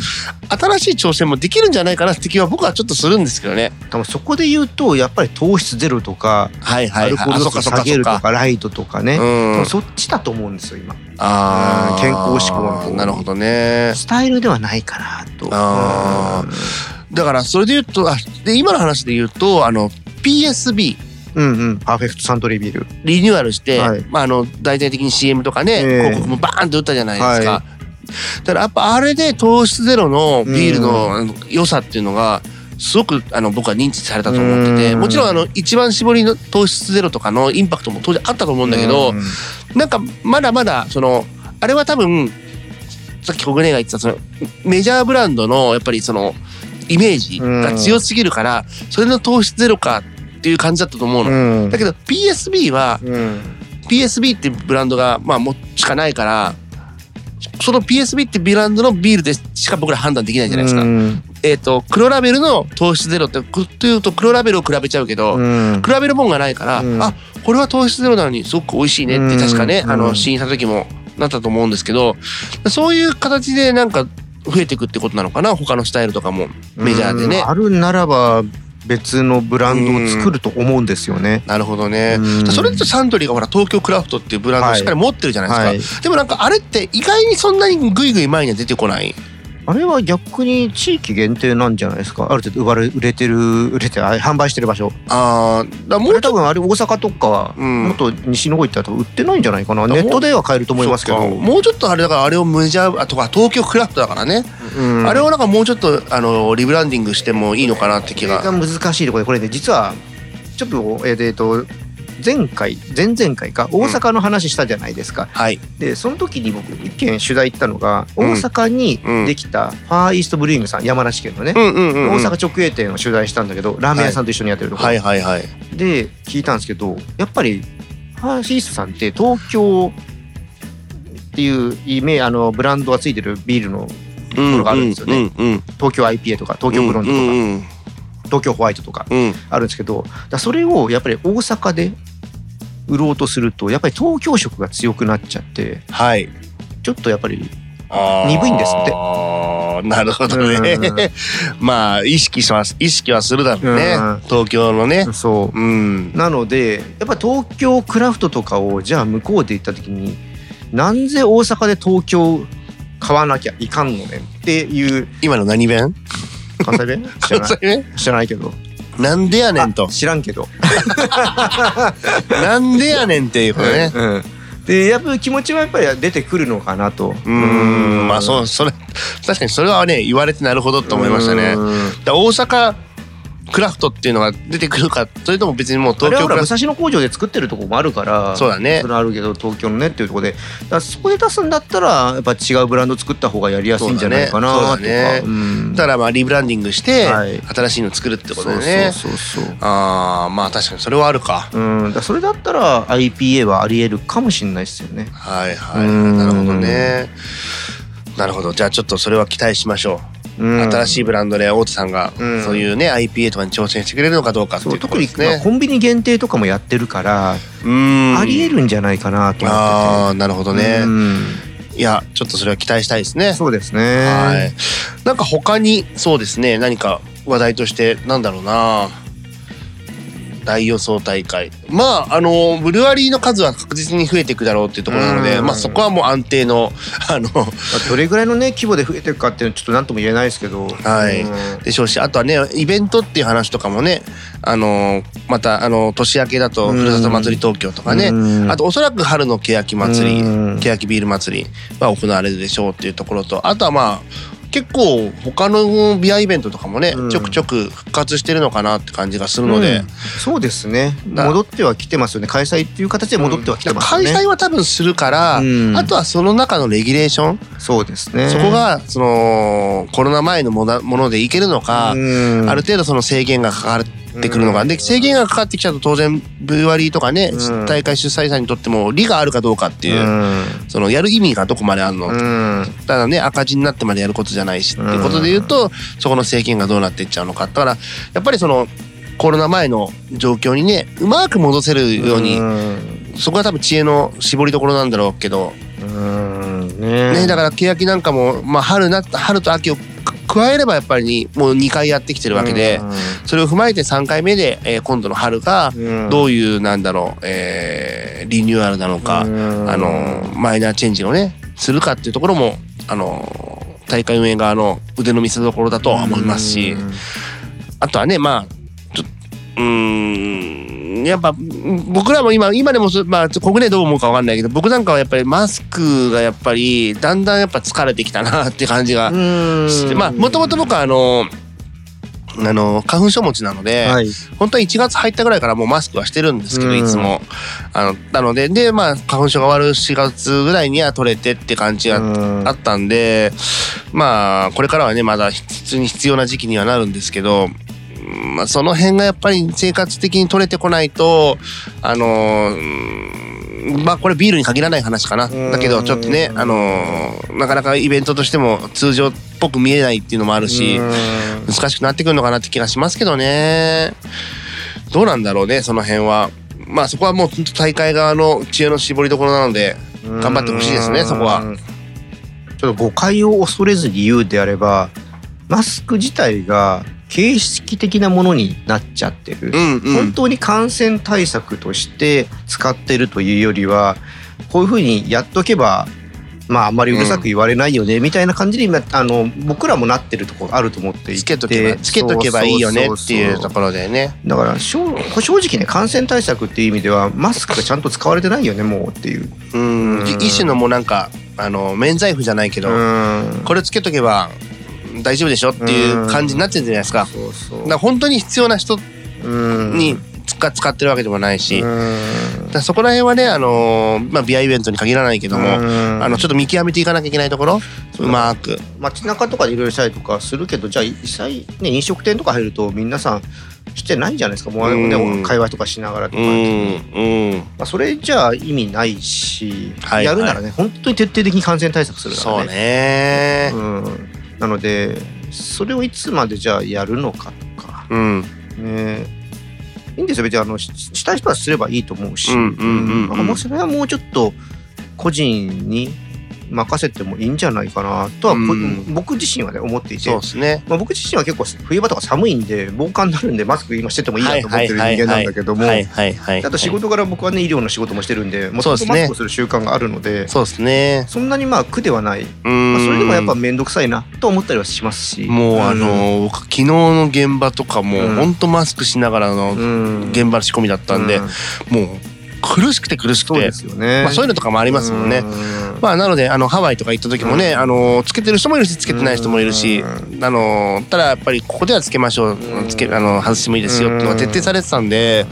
Speaker 1: しい挑戦もできるんじゃないかなって気は僕はちょっとするんですけどね。
Speaker 2: 多分そこで言うとやっぱり糖質ゼロとか
Speaker 1: はいは
Speaker 2: ア
Speaker 1: い
Speaker 2: ルコ
Speaker 1: はい。
Speaker 2: ール
Speaker 1: あ
Speaker 2: 度
Speaker 1: そっか
Speaker 2: 数
Speaker 1: そっか
Speaker 2: 下げ
Speaker 1: そっ
Speaker 2: ると
Speaker 1: か。
Speaker 2: かライトとか
Speaker 1: う
Speaker 2: ね、多
Speaker 1: ん
Speaker 2: 分。そっちだと思うんですよ今
Speaker 1: あー
Speaker 2: 健康志向の方
Speaker 1: なるほどね。
Speaker 2: スタイルではないかなと
Speaker 1: あだからそれで言うとあで今の話で言うとあの PSB
Speaker 2: うんうんうんパーフェクトサントリービール
Speaker 1: リニューアルして、
Speaker 2: はい
Speaker 1: まあ、あの大々的に CM とかね、
Speaker 2: ええ
Speaker 1: 広告もバーンと打ったじゃないですか。
Speaker 2: は
Speaker 1: だからやっぱあれで糖質ゼロのビールのあの良さっていうのがすごくあの僕は認知されたと思ってて
Speaker 2: うん
Speaker 1: もちろんあの一番絞りの糖質ゼロとかのインパクトも当然あったと思うんだけど、
Speaker 2: うん
Speaker 1: なんかまだまだそのあれは多分さっき小暮が言ってたそのメジャーブランドのやっぱりそのイメージが強すぎるからそれの糖質ゼロかっていう感じだったと思うの。
Speaker 2: うん
Speaker 1: だけど PSB は
Speaker 2: うん
Speaker 1: PSB ってブランドがまあもうしかないからその PSB ってブランドのビールでしか僕ら判断できないじゃないですか、
Speaker 2: うん
Speaker 1: えっ、と黒ラベルの糖質ゼロってくというと黒ラベルを比べちゃうけど、
Speaker 2: うん
Speaker 1: 比べるもんがないから、
Speaker 2: うん
Speaker 1: あこれは糖質ゼロなのにすごく美味しいねって確かね、
Speaker 2: うん
Speaker 1: あ
Speaker 2: う
Speaker 1: の
Speaker 2: ん
Speaker 1: 試飲した時もなったと思うんですけどそういう形でなんか増えていくってことなのかな他のスタイルとかもメジャーでね
Speaker 2: うんあるならば別のブランドを作ると思うんですよね。
Speaker 1: なるほどね、
Speaker 2: うん
Speaker 1: それで言うとサントリーがほら東京クラフトっていうブランドをしっかり持ってるじゃないですか、
Speaker 2: はい、
Speaker 1: でもなんかあれって意外にそんなにグイグイ前には出てこない。
Speaker 2: あれは逆に地域限定なんじゃないですかある程度売れ売れてる売れてあ販売してる場所
Speaker 1: ああ、だからも
Speaker 2: こ
Speaker 1: う
Speaker 2: れ多分あれ大阪とか、
Speaker 1: うん
Speaker 2: もっと西の方行ったら多分売ってないんじゃないかな
Speaker 1: も
Speaker 2: ネットでは買えると思いますけど
Speaker 1: そうかもうちょっとあれだからあれをメジャーあとか東京クラフトだからね、
Speaker 2: うん
Speaker 1: あれをなんかもうちょっとあのリブランディングしてもいいのかなって気
Speaker 2: これ
Speaker 1: が。
Speaker 2: が難しいところでこれね実はちょっとえーえーと前回前々回か大阪の話したじゃないですか、
Speaker 1: はい。
Speaker 2: でその時に僕一件取材行ったのが
Speaker 1: うん
Speaker 2: 大阪に
Speaker 1: うん
Speaker 2: できたファーイーストブリューイングさん山梨県のね、
Speaker 1: うんうんうん、うん。
Speaker 2: 大阪直営店を取材したんだけどラーメン屋さんと一緒にやってるところ、
Speaker 1: はいはいはい。
Speaker 2: で聞いたんですけどやっぱりファーイーストさんって東京っていうイメあのブランドがついてるビール
Speaker 1: う
Speaker 2: のところがあるんですよね
Speaker 1: うんうんうん。
Speaker 2: 東京 IPA とか東京ブロンド
Speaker 1: う
Speaker 2: とか、
Speaker 1: んうん
Speaker 2: 東京ホワイトとか
Speaker 1: うん。うん
Speaker 2: あるんですけどだからそれをやっぱり大阪で売ろうとするとやっぱり東京色が強くなっちゃって
Speaker 1: はい。
Speaker 2: ちょっとやっぱり
Speaker 1: あー
Speaker 2: 鈍いんですって
Speaker 1: あーなるほどね。まあ意識します意識はするだろうね、
Speaker 2: うん
Speaker 1: 東京のね。
Speaker 2: そう
Speaker 1: うん。
Speaker 2: なのでやっぱ東京クラフトとかをじゃあ向こうで行った時になんで大阪で東京買わなきゃいかんのねっていう
Speaker 1: 今の何弁？
Speaker 2: 関西弁知
Speaker 1: 関
Speaker 2: らな
Speaker 1: 西
Speaker 2: い
Speaker 1: 弁？
Speaker 2: 知らないけど
Speaker 1: なんでやねんと
Speaker 2: あ。知らんけど、
Speaker 1: なんでやねんっていうことね。
Speaker 2: うんでやっぱ気持ちはやっぱり出てくるのかなと
Speaker 1: うーん、まあそうう、それ、確かにそれはね、言われてなるほどと思いましたね。だか
Speaker 2: うん
Speaker 1: ら大阪クラフトっていうのが出てくるか、それとも別にもう
Speaker 2: あれ
Speaker 1: 東京
Speaker 2: はほ
Speaker 1: ク
Speaker 2: ら
Speaker 1: ラ
Speaker 2: 武
Speaker 1: フト。
Speaker 2: 蔵野工場で作ってるとこもあるから
Speaker 1: そうだね
Speaker 2: そ。れあるけど東京のねっていうところでだからそこで出すんだったらやっぱ違うブランド作った方がやりやすいんじゃないかなと
Speaker 1: そうだ
Speaker 2: か
Speaker 1: ねそうだね
Speaker 2: うん
Speaker 1: だからまあリブランディングして、
Speaker 2: はい
Speaker 1: 新しいの作るってことでね。
Speaker 2: そうそうそうそう
Speaker 1: ああ、まあ確かにそれはあるか。
Speaker 2: うん、だからそれだったら IPA はありえるかもしれないですよね。
Speaker 1: はいはい。
Speaker 2: うーん
Speaker 1: なるほどね。なるほど。じゃあちょっとそれは期待しましょ
Speaker 2: う
Speaker 1: う。
Speaker 2: ん、
Speaker 1: 新しい
Speaker 2: い
Speaker 1: ブランドで大手さんが、
Speaker 2: うん
Speaker 1: そういうね、IPA とかに挑戦してくれるのかどうかって
Speaker 2: そ
Speaker 1: いう
Speaker 2: う
Speaker 1: ところ
Speaker 2: 特
Speaker 1: で
Speaker 2: に
Speaker 1: すね。
Speaker 2: コンビニ限定とかもやってるから、
Speaker 1: うーん
Speaker 2: ありえるんじゃないかなと思ってて。
Speaker 1: ああ、なるほどね。
Speaker 2: うん
Speaker 1: いや、ちょっとそれは期待したいですね。
Speaker 2: そうですね。
Speaker 1: はい。なんか他に、そうですね、何か話題として、なんだろうな。大予想大会。まあ、あの、ブルワリーの数は確実に増えていくだろうっていうところなので、
Speaker 2: うん
Speaker 1: まあそこはもう安定の、 (laughs) あの、
Speaker 2: まあどれぐらいのね規模で増えていくかっていうのはちょっと何とも言えないですけど。
Speaker 1: はい
Speaker 2: うん
Speaker 1: でしょうし、あとはね、イベントっていう話とかもね、あの、また、あの、年明けだと、
Speaker 2: うん
Speaker 1: ふるさと祭り東京とかね、
Speaker 2: うん
Speaker 1: あとおそらく春の欅祭り、
Speaker 2: うん
Speaker 1: 欅ビール祭りは行われるでしょうっていうところとあとはまあ結構他のビアイベントとかもね、
Speaker 2: うん
Speaker 1: ちょくちょく復活してるのかなって感じがするの
Speaker 2: う
Speaker 1: で
Speaker 2: ん、そうですね。
Speaker 1: だ
Speaker 2: 戻っては来てますよね。開催っていう形で戻っては来てますよ
Speaker 1: 開
Speaker 2: ね。
Speaker 1: 催は多分するから、
Speaker 2: うん
Speaker 1: あとはその中のレギュレーション、
Speaker 2: そうですね。
Speaker 1: そこがそのコロナ前のもなものでいけるのか、
Speaker 2: うん
Speaker 1: ある程度その制限がかかるてくるのが。で、制限がかかってきちゃうと当然、ブワリーとかね
Speaker 2: うん、
Speaker 1: 大会主催者にとっても利があるかどうかって
Speaker 2: う
Speaker 1: いう、
Speaker 2: ん
Speaker 1: そのやる意味がどこまであるの
Speaker 2: うん
Speaker 1: ただね、赤字になってまでやることじゃないし、っていうことで言うと、そこの制限がどうなっていっちゃうのか。だから、やっぱりその、コロナ前の状況にね、うまく戻せるように、
Speaker 2: うん
Speaker 1: そこが多分知恵の絞りどころなんだろうけど、
Speaker 2: うんね
Speaker 1: ね、だ
Speaker 2: か
Speaker 1: から欅なんかも、まあ、春な春と秋をく加えればやっぱりにもう2回やってきてるわけで、それを踏まえて3回目で、えー今度の春がど
Speaker 2: う
Speaker 1: ういうなんだろう、えーリニューアルなのか、あ
Speaker 2: あ
Speaker 1: のーマイナーチェンジをねするかっていうところもあのー大会運営側の腕の見せ所だとは思いますしあとはねまあちょっうーんやっぱうん僕らも今今でもそ、まあ、国内どう思うかわかんないけど僕なんかはやっぱりマスクがやっぱりだんだんやっぱ疲れてきたなって感じがしてまあもともと僕はあのあの花粉症持ちなので、
Speaker 2: はい
Speaker 1: 本当は1月入ったぐらいからもうマスクはしてるんですけど、
Speaker 2: うん
Speaker 1: いつもあのなのででまあ花粉症が終わる4月ぐらいには取れてって感じがあ
Speaker 2: あ
Speaker 1: ったんで、まあこれからはねまだ普通に必要な時期にはなるんですけど、うんまあ、その辺がやっぱり生活的に取れてこないとあのうんまあこれビールに限らない話かな
Speaker 2: うん
Speaker 1: だけどちょっとねあのなかなかイベントとしても通常っぽく見えないっていうのもあるし。難しくなってくるのかなって気がしますけどね。どうなんだろうね、その辺は。まあそこはもう本当大会側の知恵の絞りどころなので、頑張ってほしいですねそこは
Speaker 2: ちょっと誤解を恐れずに言うであればマスク自体が形式的なものになっちゃってる
Speaker 1: うんう
Speaker 2: 本
Speaker 1: ん。
Speaker 2: 当に感染対策として使ってるというよりはこういうふうにやっとけばまああんまりうるさく言われないよねみたいな感じで今あの僕らもなってるとこがあると思っていて
Speaker 1: つけとけば、つけとけばいいよねっていうところでね。
Speaker 2: だからしょう正直ね感染対策っていう意味ではマスクがちゃんと使われてないよねもうっていう
Speaker 1: うん
Speaker 2: うん。
Speaker 1: 一種のもうなんか、あの、免罪符じゃないけど、
Speaker 2: ん
Speaker 1: これつけとけば大丈夫でしょっていう感じになってるじゃないですか。
Speaker 2: そうそう
Speaker 1: だから本当に必要な人
Speaker 2: うん
Speaker 1: につか使ってるわけでもないし、
Speaker 2: う
Speaker 1: だか
Speaker 2: ん
Speaker 1: らそこら辺はね、あの、まあビアイベントに限らないけども、
Speaker 2: うん
Speaker 1: あのちょっと見極めていかなきゃいけないところ
Speaker 2: そううだ
Speaker 1: まーく
Speaker 2: 街中とかでいろいろしたりとかするけどじゃあ実際ね飲食店とか入ると皆さんしてないじゃないですかもうあれも
Speaker 1: うん
Speaker 2: ね会話とかしながらと
Speaker 1: う
Speaker 2: か、
Speaker 1: んうん
Speaker 2: まあ、それじゃあ意味ないし、
Speaker 1: はい
Speaker 2: やるならね本当に徹底的に感染対策するから
Speaker 1: そう
Speaker 2: ね
Speaker 1: ね
Speaker 2: うん、なのでそれをいつまでじゃあやるのかとか
Speaker 1: うん
Speaker 2: ねいいんですよ別にあのししたい人はすればいいと思うし、
Speaker 1: うんうんうんうん
Speaker 2: なんかもうそれはもうちょっと個人に任せてもいいんじゃないかなとは、こ
Speaker 1: うん
Speaker 2: 僕自身はね思っていて
Speaker 1: そうですね
Speaker 2: まあ、僕自身は結構冬場とか寒いんで防寒になるんでマスク今しててもいいなと思ってる人間なんだけども
Speaker 1: はい
Speaker 2: あ
Speaker 1: はいはい
Speaker 2: と仕事から僕はね医療の仕事もしてるんでもと
Speaker 1: そうです
Speaker 2: もと
Speaker 1: ね
Speaker 2: マスクをする習慣があるので
Speaker 1: そうですね
Speaker 2: そんなにまあ苦ではない、
Speaker 1: うん
Speaker 2: まあ、それでもやっぱ面倒くさいなと思ったりはしますし
Speaker 1: もうあの僕昨日の現場とかも
Speaker 2: うん
Speaker 1: ほんとマスクしながらの
Speaker 2: うん
Speaker 1: 現場の仕込みだったんで
Speaker 2: う
Speaker 1: もう苦しくて苦しく
Speaker 2: そう
Speaker 1: て
Speaker 2: ですよね、
Speaker 1: まあそういうのとかもあ
Speaker 2: あ
Speaker 1: りますもんねまあなのであのハワイとか行った時もね、
Speaker 2: うん
Speaker 1: あのつけてる人もいるしつけてない人もいるし、
Speaker 2: う
Speaker 1: あのただやっぱりここではつけましょう、
Speaker 2: うん
Speaker 1: つけあの外してもいいですよっていうのが徹底されてたんで、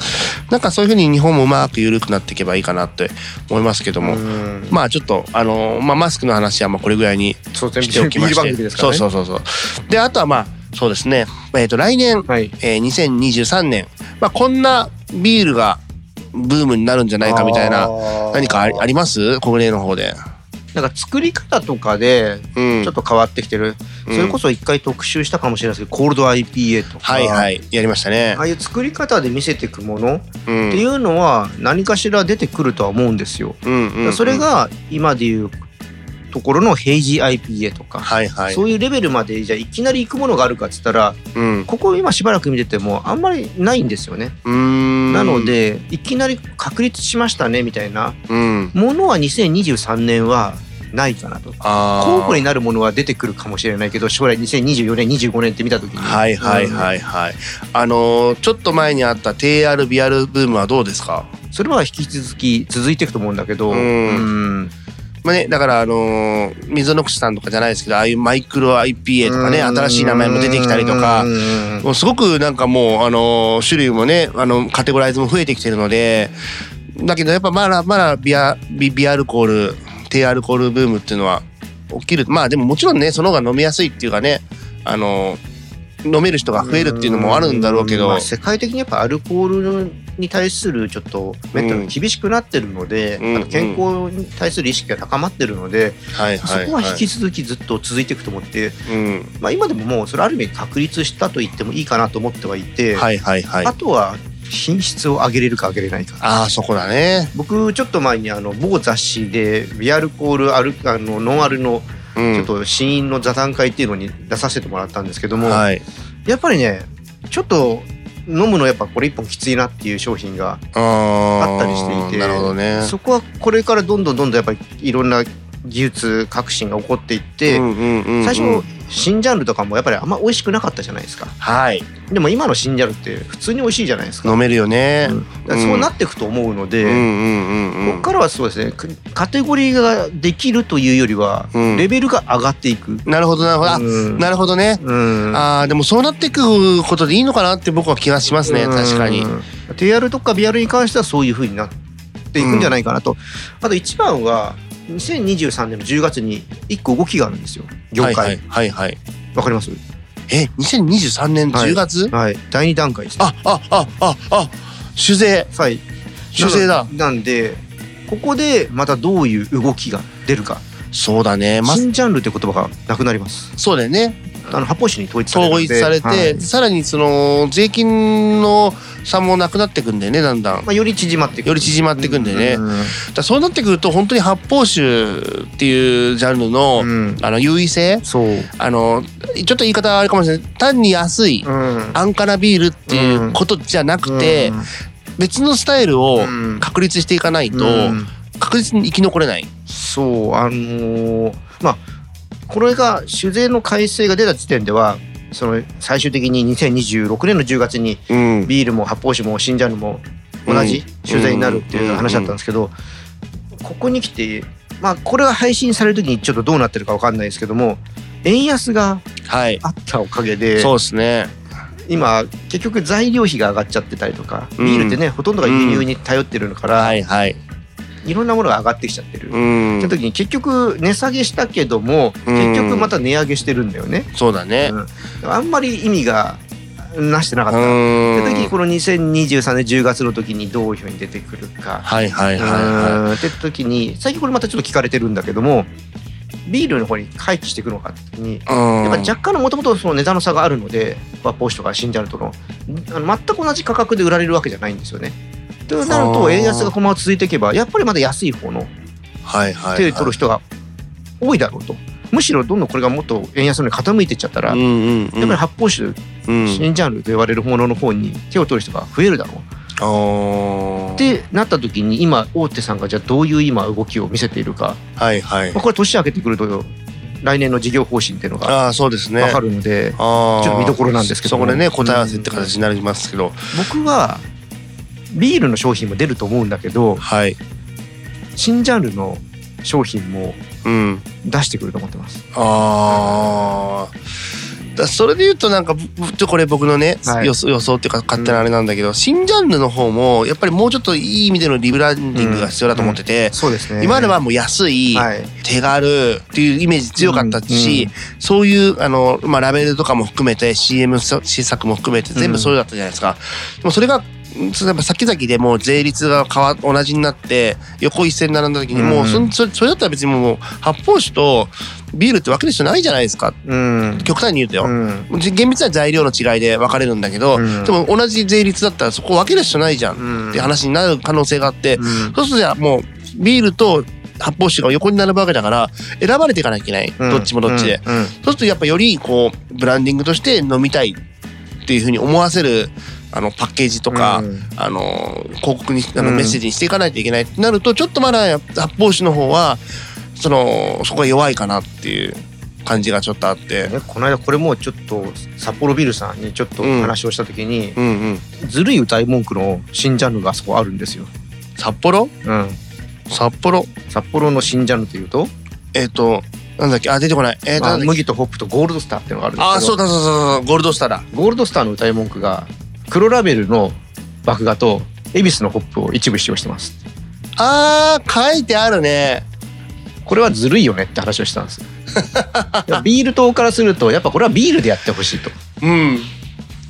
Speaker 1: なんかそういうふうに日本もうまく緩くなっていけばいいかなって思いますけども、
Speaker 2: ま
Speaker 1: まあちょっとあの、まあ、マスクの話はまあこれぐらいに
Speaker 2: あそうです
Speaker 1: してお
Speaker 2: ね
Speaker 1: き
Speaker 2: ビー
Speaker 1: ま
Speaker 2: (laughs) ル
Speaker 1: し
Speaker 2: 番
Speaker 1: て、
Speaker 2: 組ですか
Speaker 1: そ
Speaker 2: ら
Speaker 1: う
Speaker 2: ね
Speaker 1: そうそうそうであとはまあそうですねえっ、と来年、
Speaker 2: はい
Speaker 1: えー2023年、まあ、こんなビールがブームになるんじゃないかみたいな
Speaker 2: な
Speaker 1: 何かありあります国連の方で。
Speaker 2: なんか作り方とかで
Speaker 1: うん
Speaker 2: ちょっと変わってきてる、
Speaker 1: うん
Speaker 2: それこそ一回特集したかもしれないですけど、コールド IPA とか、
Speaker 1: はいはいやりましたね
Speaker 2: あ。あいう作り方で見せていくものっ
Speaker 1: うん
Speaker 2: ていうのは何かしら出てくるとは思うんですよ。
Speaker 1: うんうんうん
Speaker 2: それが今でいうところのヘイジー IPA とか、
Speaker 1: はいはい。
Speaker 2: そういうレベルまでじゃあいきなり行くものがあるかっつったら
Speaker 1: うんう
Speaker 2: ここ今しばらく見ててもあんまりないんですよね。
Speaker 1: ーん
Speaker 2: なの、でいきなり確立しましたねみたいな
Speaker 1: うん、
Speaker 2: ものは2023年はないかなと。
Speaker 1: あー
Speaker 2: 候補になるものは出てくるかもしれないけど将来2024年25年って見た時に
Speaker 1: はいはいはいはい。あのーちょっと前にあった TR ビアルブームはどうですか。
Speaker 2: うんそれは引き続き続いていくと思うんだけど
Speaker 1: うん
Speaker 2: うん
Speaker 1: まあねだからあのー水の口さんとかじゃないですけどああいうマイクロ IPA とかね
Speaker 2: うん
Speaker 1: 新しい名前も出てきたりとか
Speaker 2: う。ん
Speaker 1: もうすごくなんかもうあのー種類もねあのカテゴライズも増えてきてるのでだけどやっぱまだまだビアビビアルコール低アルコールブームっていうのは起きるまあでももちろんねその方が飲みやすいっていうかねあのー飲める人が増えるっていうのもあるんだろうけど
Speaker 2: まあ世界的にやっぱアルコールに対するちょっとメンタルが厳しくなってるので、
Speaker 1: うん
Speaker 2: あと健康に対する意識が高まってるので、
Speaker 1: はいはい
Speaker 2: そこは引き
Speaker 1: い
Speaker 2: 続きずっと続いていくと思って、
Speaker 1: うん
Speaker 2: まあ、今でももうそれある意味確立したと言ってもいいかなと思ってはいて、
Speaker 1: はいはいはい
Speaker 2: あとは品質を上げれるか上げれないか。
Speaker 1: ああそこだね
Speaker 2: 僕ちょっと前にあの某雑誌で微アルコールアルあのノンアルの
Speaker 1: う
Speaker 2: ちょっ
Speaker 1: ん
Speaker 2: と試飲の座談会っていうのに出させてもらったんですけども、
Speaker 1: はい
Speaker 2: やっぱりねちょっと飲むのやっぱこれ一本きついなっていう商品が
Speaker 1: あ
Speaker 2: あったりしていて
Speaker 1: ーなるほどね
Speaker 2: そこはこれからどんどんどんどんやっぱりいろんな技術革新が起こっていって、
Speaker 1: うんうんうんうん
Speaker 2: 最初新ジャンルとかもやっぱりあんま美味しくなかったじゃないですか
Speaker 1: はい
Speaker 2: でも今の新ジャンルって普通に美味しいじゃないですか
Speaker 1: 飲めるよね
Speaker 2: うんだからそうなっていくと思う
Speaker 1: う
Speaker 2: の
Speaker 1: んう
Speaker 2: で、
Speaker 1: んうんう
Speaker 2: ここ
Speaker 1: ん
Speaker 2: からはそうですねくカテゴリーができるというよりは、
Speaker 1: うん
Speaker 2: レベルが上がっていく。
Speaker 1: なるほどなるほどあ
Speaker 2: うん
Speaker 1: なるほどね
Speaker 2: うん
Speaker 1: ああでもそうなっていくことでいいのかなって僕は気がしますね
Speaker 2: うん
Speaker 1: 確かに。
Speaker 2: TR とか BR に関してはそういうふうになっていくんじゃないかなと、あと一番は2023年の10月に一個動きがあるんですよ業界わ、
Speaker 1: はいはいはいはい
Speaker 2: かります
Speaker 1: え2023年10月
Speaker 2: はい第2段階です
Speaker 1: あああああ酒税
Speaker 2: はい
Speaker 1: 酒税だ
Speaker 2: ななんでここでまたどういう動きが出るか
Speaker 1: そうだねま
Speaker 2: 新ジャンルという言葉がなくなります
Speaker 1: そうだよね
Speaker 2: あの発泡酒に統一されるの
Speaker 1: 統
Speaker 2: で
Speaker 1: 一されて、
Speaker 2: はい
Speaker 1: さらにその税金の差もなくなってくんだよねだんだん
Speaker 2: まあ、より縮まっていく
Speaker 1: より縮まってくんでね、
Speaker 2: うん
Speaker 1: だからそうなってくると本当に発泡酒っていうジャンルの、
Speaker 2: うん
Speaker 1: あの優位性
Speaker 2: そう、うん
Speaker 1: あのちょっと言い方はあれかもしれない単に安い、安価なビールっていうことじゃなくて、別のスタイルを
Speaker 2: うん
Speaker 1: 確立していかないと、
Speaker 2: うん
Speaker 1: 確実に生き残れない。
Speaker 2: そうあのーまあこれが酒税の改正が出た時点ではその最終的に2026年の10月に
Speaker 1: うん
Speaker 2: ビールも発泡酒も新ジャンルも同じ酒税になるっていう話だったんですけどここに来てまあこれが配信される時にちょっとどうなってるかわかんないですけども円安が
Speaker 1: はい、
Speaker 2: あったおかげで
Speaker 1: そうですね。
Speaker 2: 今結局材料費が上がっちゃってたりとか
Speaker 1: うん
Speaker 2: ビールってねほとんどが輸入に頼ってるから
Speaker 1: はいはい。
Speaker 2: いろんなものが上がってきちゃってる
Speaker 1: う。ん
Speaker 2: って、時に結局値下げしたけども
Speaker 1: うん
Speaker 2: 結局また値上げしてるんだよね、
Speaker 1: そうだね。
Speaker 2: うんあんまり意味がなしてなかった、って
Speaker 1: うん
Speaker 2: 時にこの2023年10月の時にどういうふうに出てくるか、
Speaker 1: はいはいはいは
Speaker 2: うんって時に最近これまたちょっと聞かれてるんだけどもビールの方に回帰していくのかって時に
Speaker 1: い。うん
Speaker 2: やっぱ若干のもともとその値段の差があるので和ポーシとか新ジャンルとのあの全く同じ価格で売られるわけじゃないんですよね。となる
Speaker 1: あ
Speaker 2: と
Speaker 1: ー
Speaker 2: 円安がこのまま続いていけばやっぱりまだ安い方の
Speaker 1: はいはいはい。
Speaker 2: 手で取る人が多いだろうとむしろどんどんこれがもっと円安の方に傾いていっちゃったら、
Speaker 1: うん
Speaker 2: やっ
Speaker 1: うんうん。
Speaker 2: ぱり発泡酒
Speaker 1: うん
Speaker 2: 新ジャンルと言われるものの方に手を取る人が増えるだろう
Speaker 1: あ
Speaker 2: っ
Speaker 1: ー
Speaker 2: てなった時に今大手さんがじゃあどういう今動きを見せているか、
Speaker 1: はいはい
Speaker 2: まあ。これ年明けてくると来年の事業方針っていうのが
Speaker 1: ああそうですね。
Speaker 2: 分かるので、
Speaker 1: ああ
Speaker 2: ちょっと見どころなんですけど
Speaker 1: そ
Speaker 2: も
Speaker 1: こでね答え合わせって形になりますけど、
Speaker 2: 僕はビールの商品も出ると思うんだけど
Speaker 1: はい。
Speaker 2: 新ジャンルの商品も
Speaker 1: うん。
Speaker 2: 出してくると思ってます。
Speaker 1: あーだそれで言うとなんかぶぶちょっとこれ僕のね、
Speaker 2: はい
Speaker 1: 予想予想っていうか勝手なあれなんだけど、新ジャンルの方もやっぱりもうちょっといい意味でのリブランディングが必要だと思ってて、
Speaker 2: そうですね
Speaker 1: 今まではもう安い、
Speaker 2: はい、
Speaker 1: 手軽っていうイメージ強かったし、そういうあの、まあ、ラベルとかも含めて CM 施策も含めて全部そうだったじゃないですか。でもそれが例えば先々でもう税率が変わ同じになって横一線に並んだ時にもうそ,、
Speaker 2: うん
Speaker 1: それそれだったら別にもう発泡酒とビールって分ける人ないじゃないですか
Speaker 2: うん
Speaker 1: 極端に言うとよ、
Speaker 2: うん
Speaker 1: 厳密には材料の違いで分かれるんだけど、
Speaker 2: うん
Speaker 1: でも同じ税率だったらそこ分ける人ないじゃんっ
Speaker 2: うん
Speaker 1: て話になる可能性があって、
Speaker 2: うん
Speaker 1: そうするとじゃあもうビールと発泡酒が横に並ぶわけだから選ばれていかなきゃいけない、どっちもどっちで、
Speaker 2: うんうん
Speaker 1: そうするとやっぱよりこうブランディングとして飲みたいっていうふうに思わせるあのパッケージとか、
Speaker 2: うん
Speaker 1: あの広告にあの
Speaker 2: うん
Speaker 1: メッセージにしていかないといけないってなるとちょっとまだ発泡酒の方はそのそこが弱いかなっていう感じがちょっとあって。
Speaker 2: ねこの間これもちょっと札幌ビールさんにちょっと
Speaker 1: うん
Speaker 2: 話をした時に、
Speaker 1: うんうん、
Speaker 2: ずるい歌い文句の新ジャンルがあそこあるんですよ、
Speaker 1: 札幌
Speaker 2: うん、
Speaker 1: 札幌
Speaker 2: 札幌の新ジャンルというと、
Speaker 1: えっ、となんだっけあ出てこないえっ、と
Speaker 2: ま
Speaker 1: な
Speaker 2: あ
Speaker 1: んだっけ
Speaker 2: 麦とホップとゴールドスターっていうのがあるんですけど
Speaker 1: あーそうだそうだそうだゴールドスターだ
Speaker 2: ゴールドスターの歌い文句が黒ラベルの麦芽と恵比寿のホップを一部使用してます
Speaker 1: あー書いてあるね
Speaker 2: これ
Speaker 1: (laughs)
Speaker 2: はずるいよねって話をしたんですよビール党からするとやっぱこれはビールでやってほしいと
Speaker 1: うん。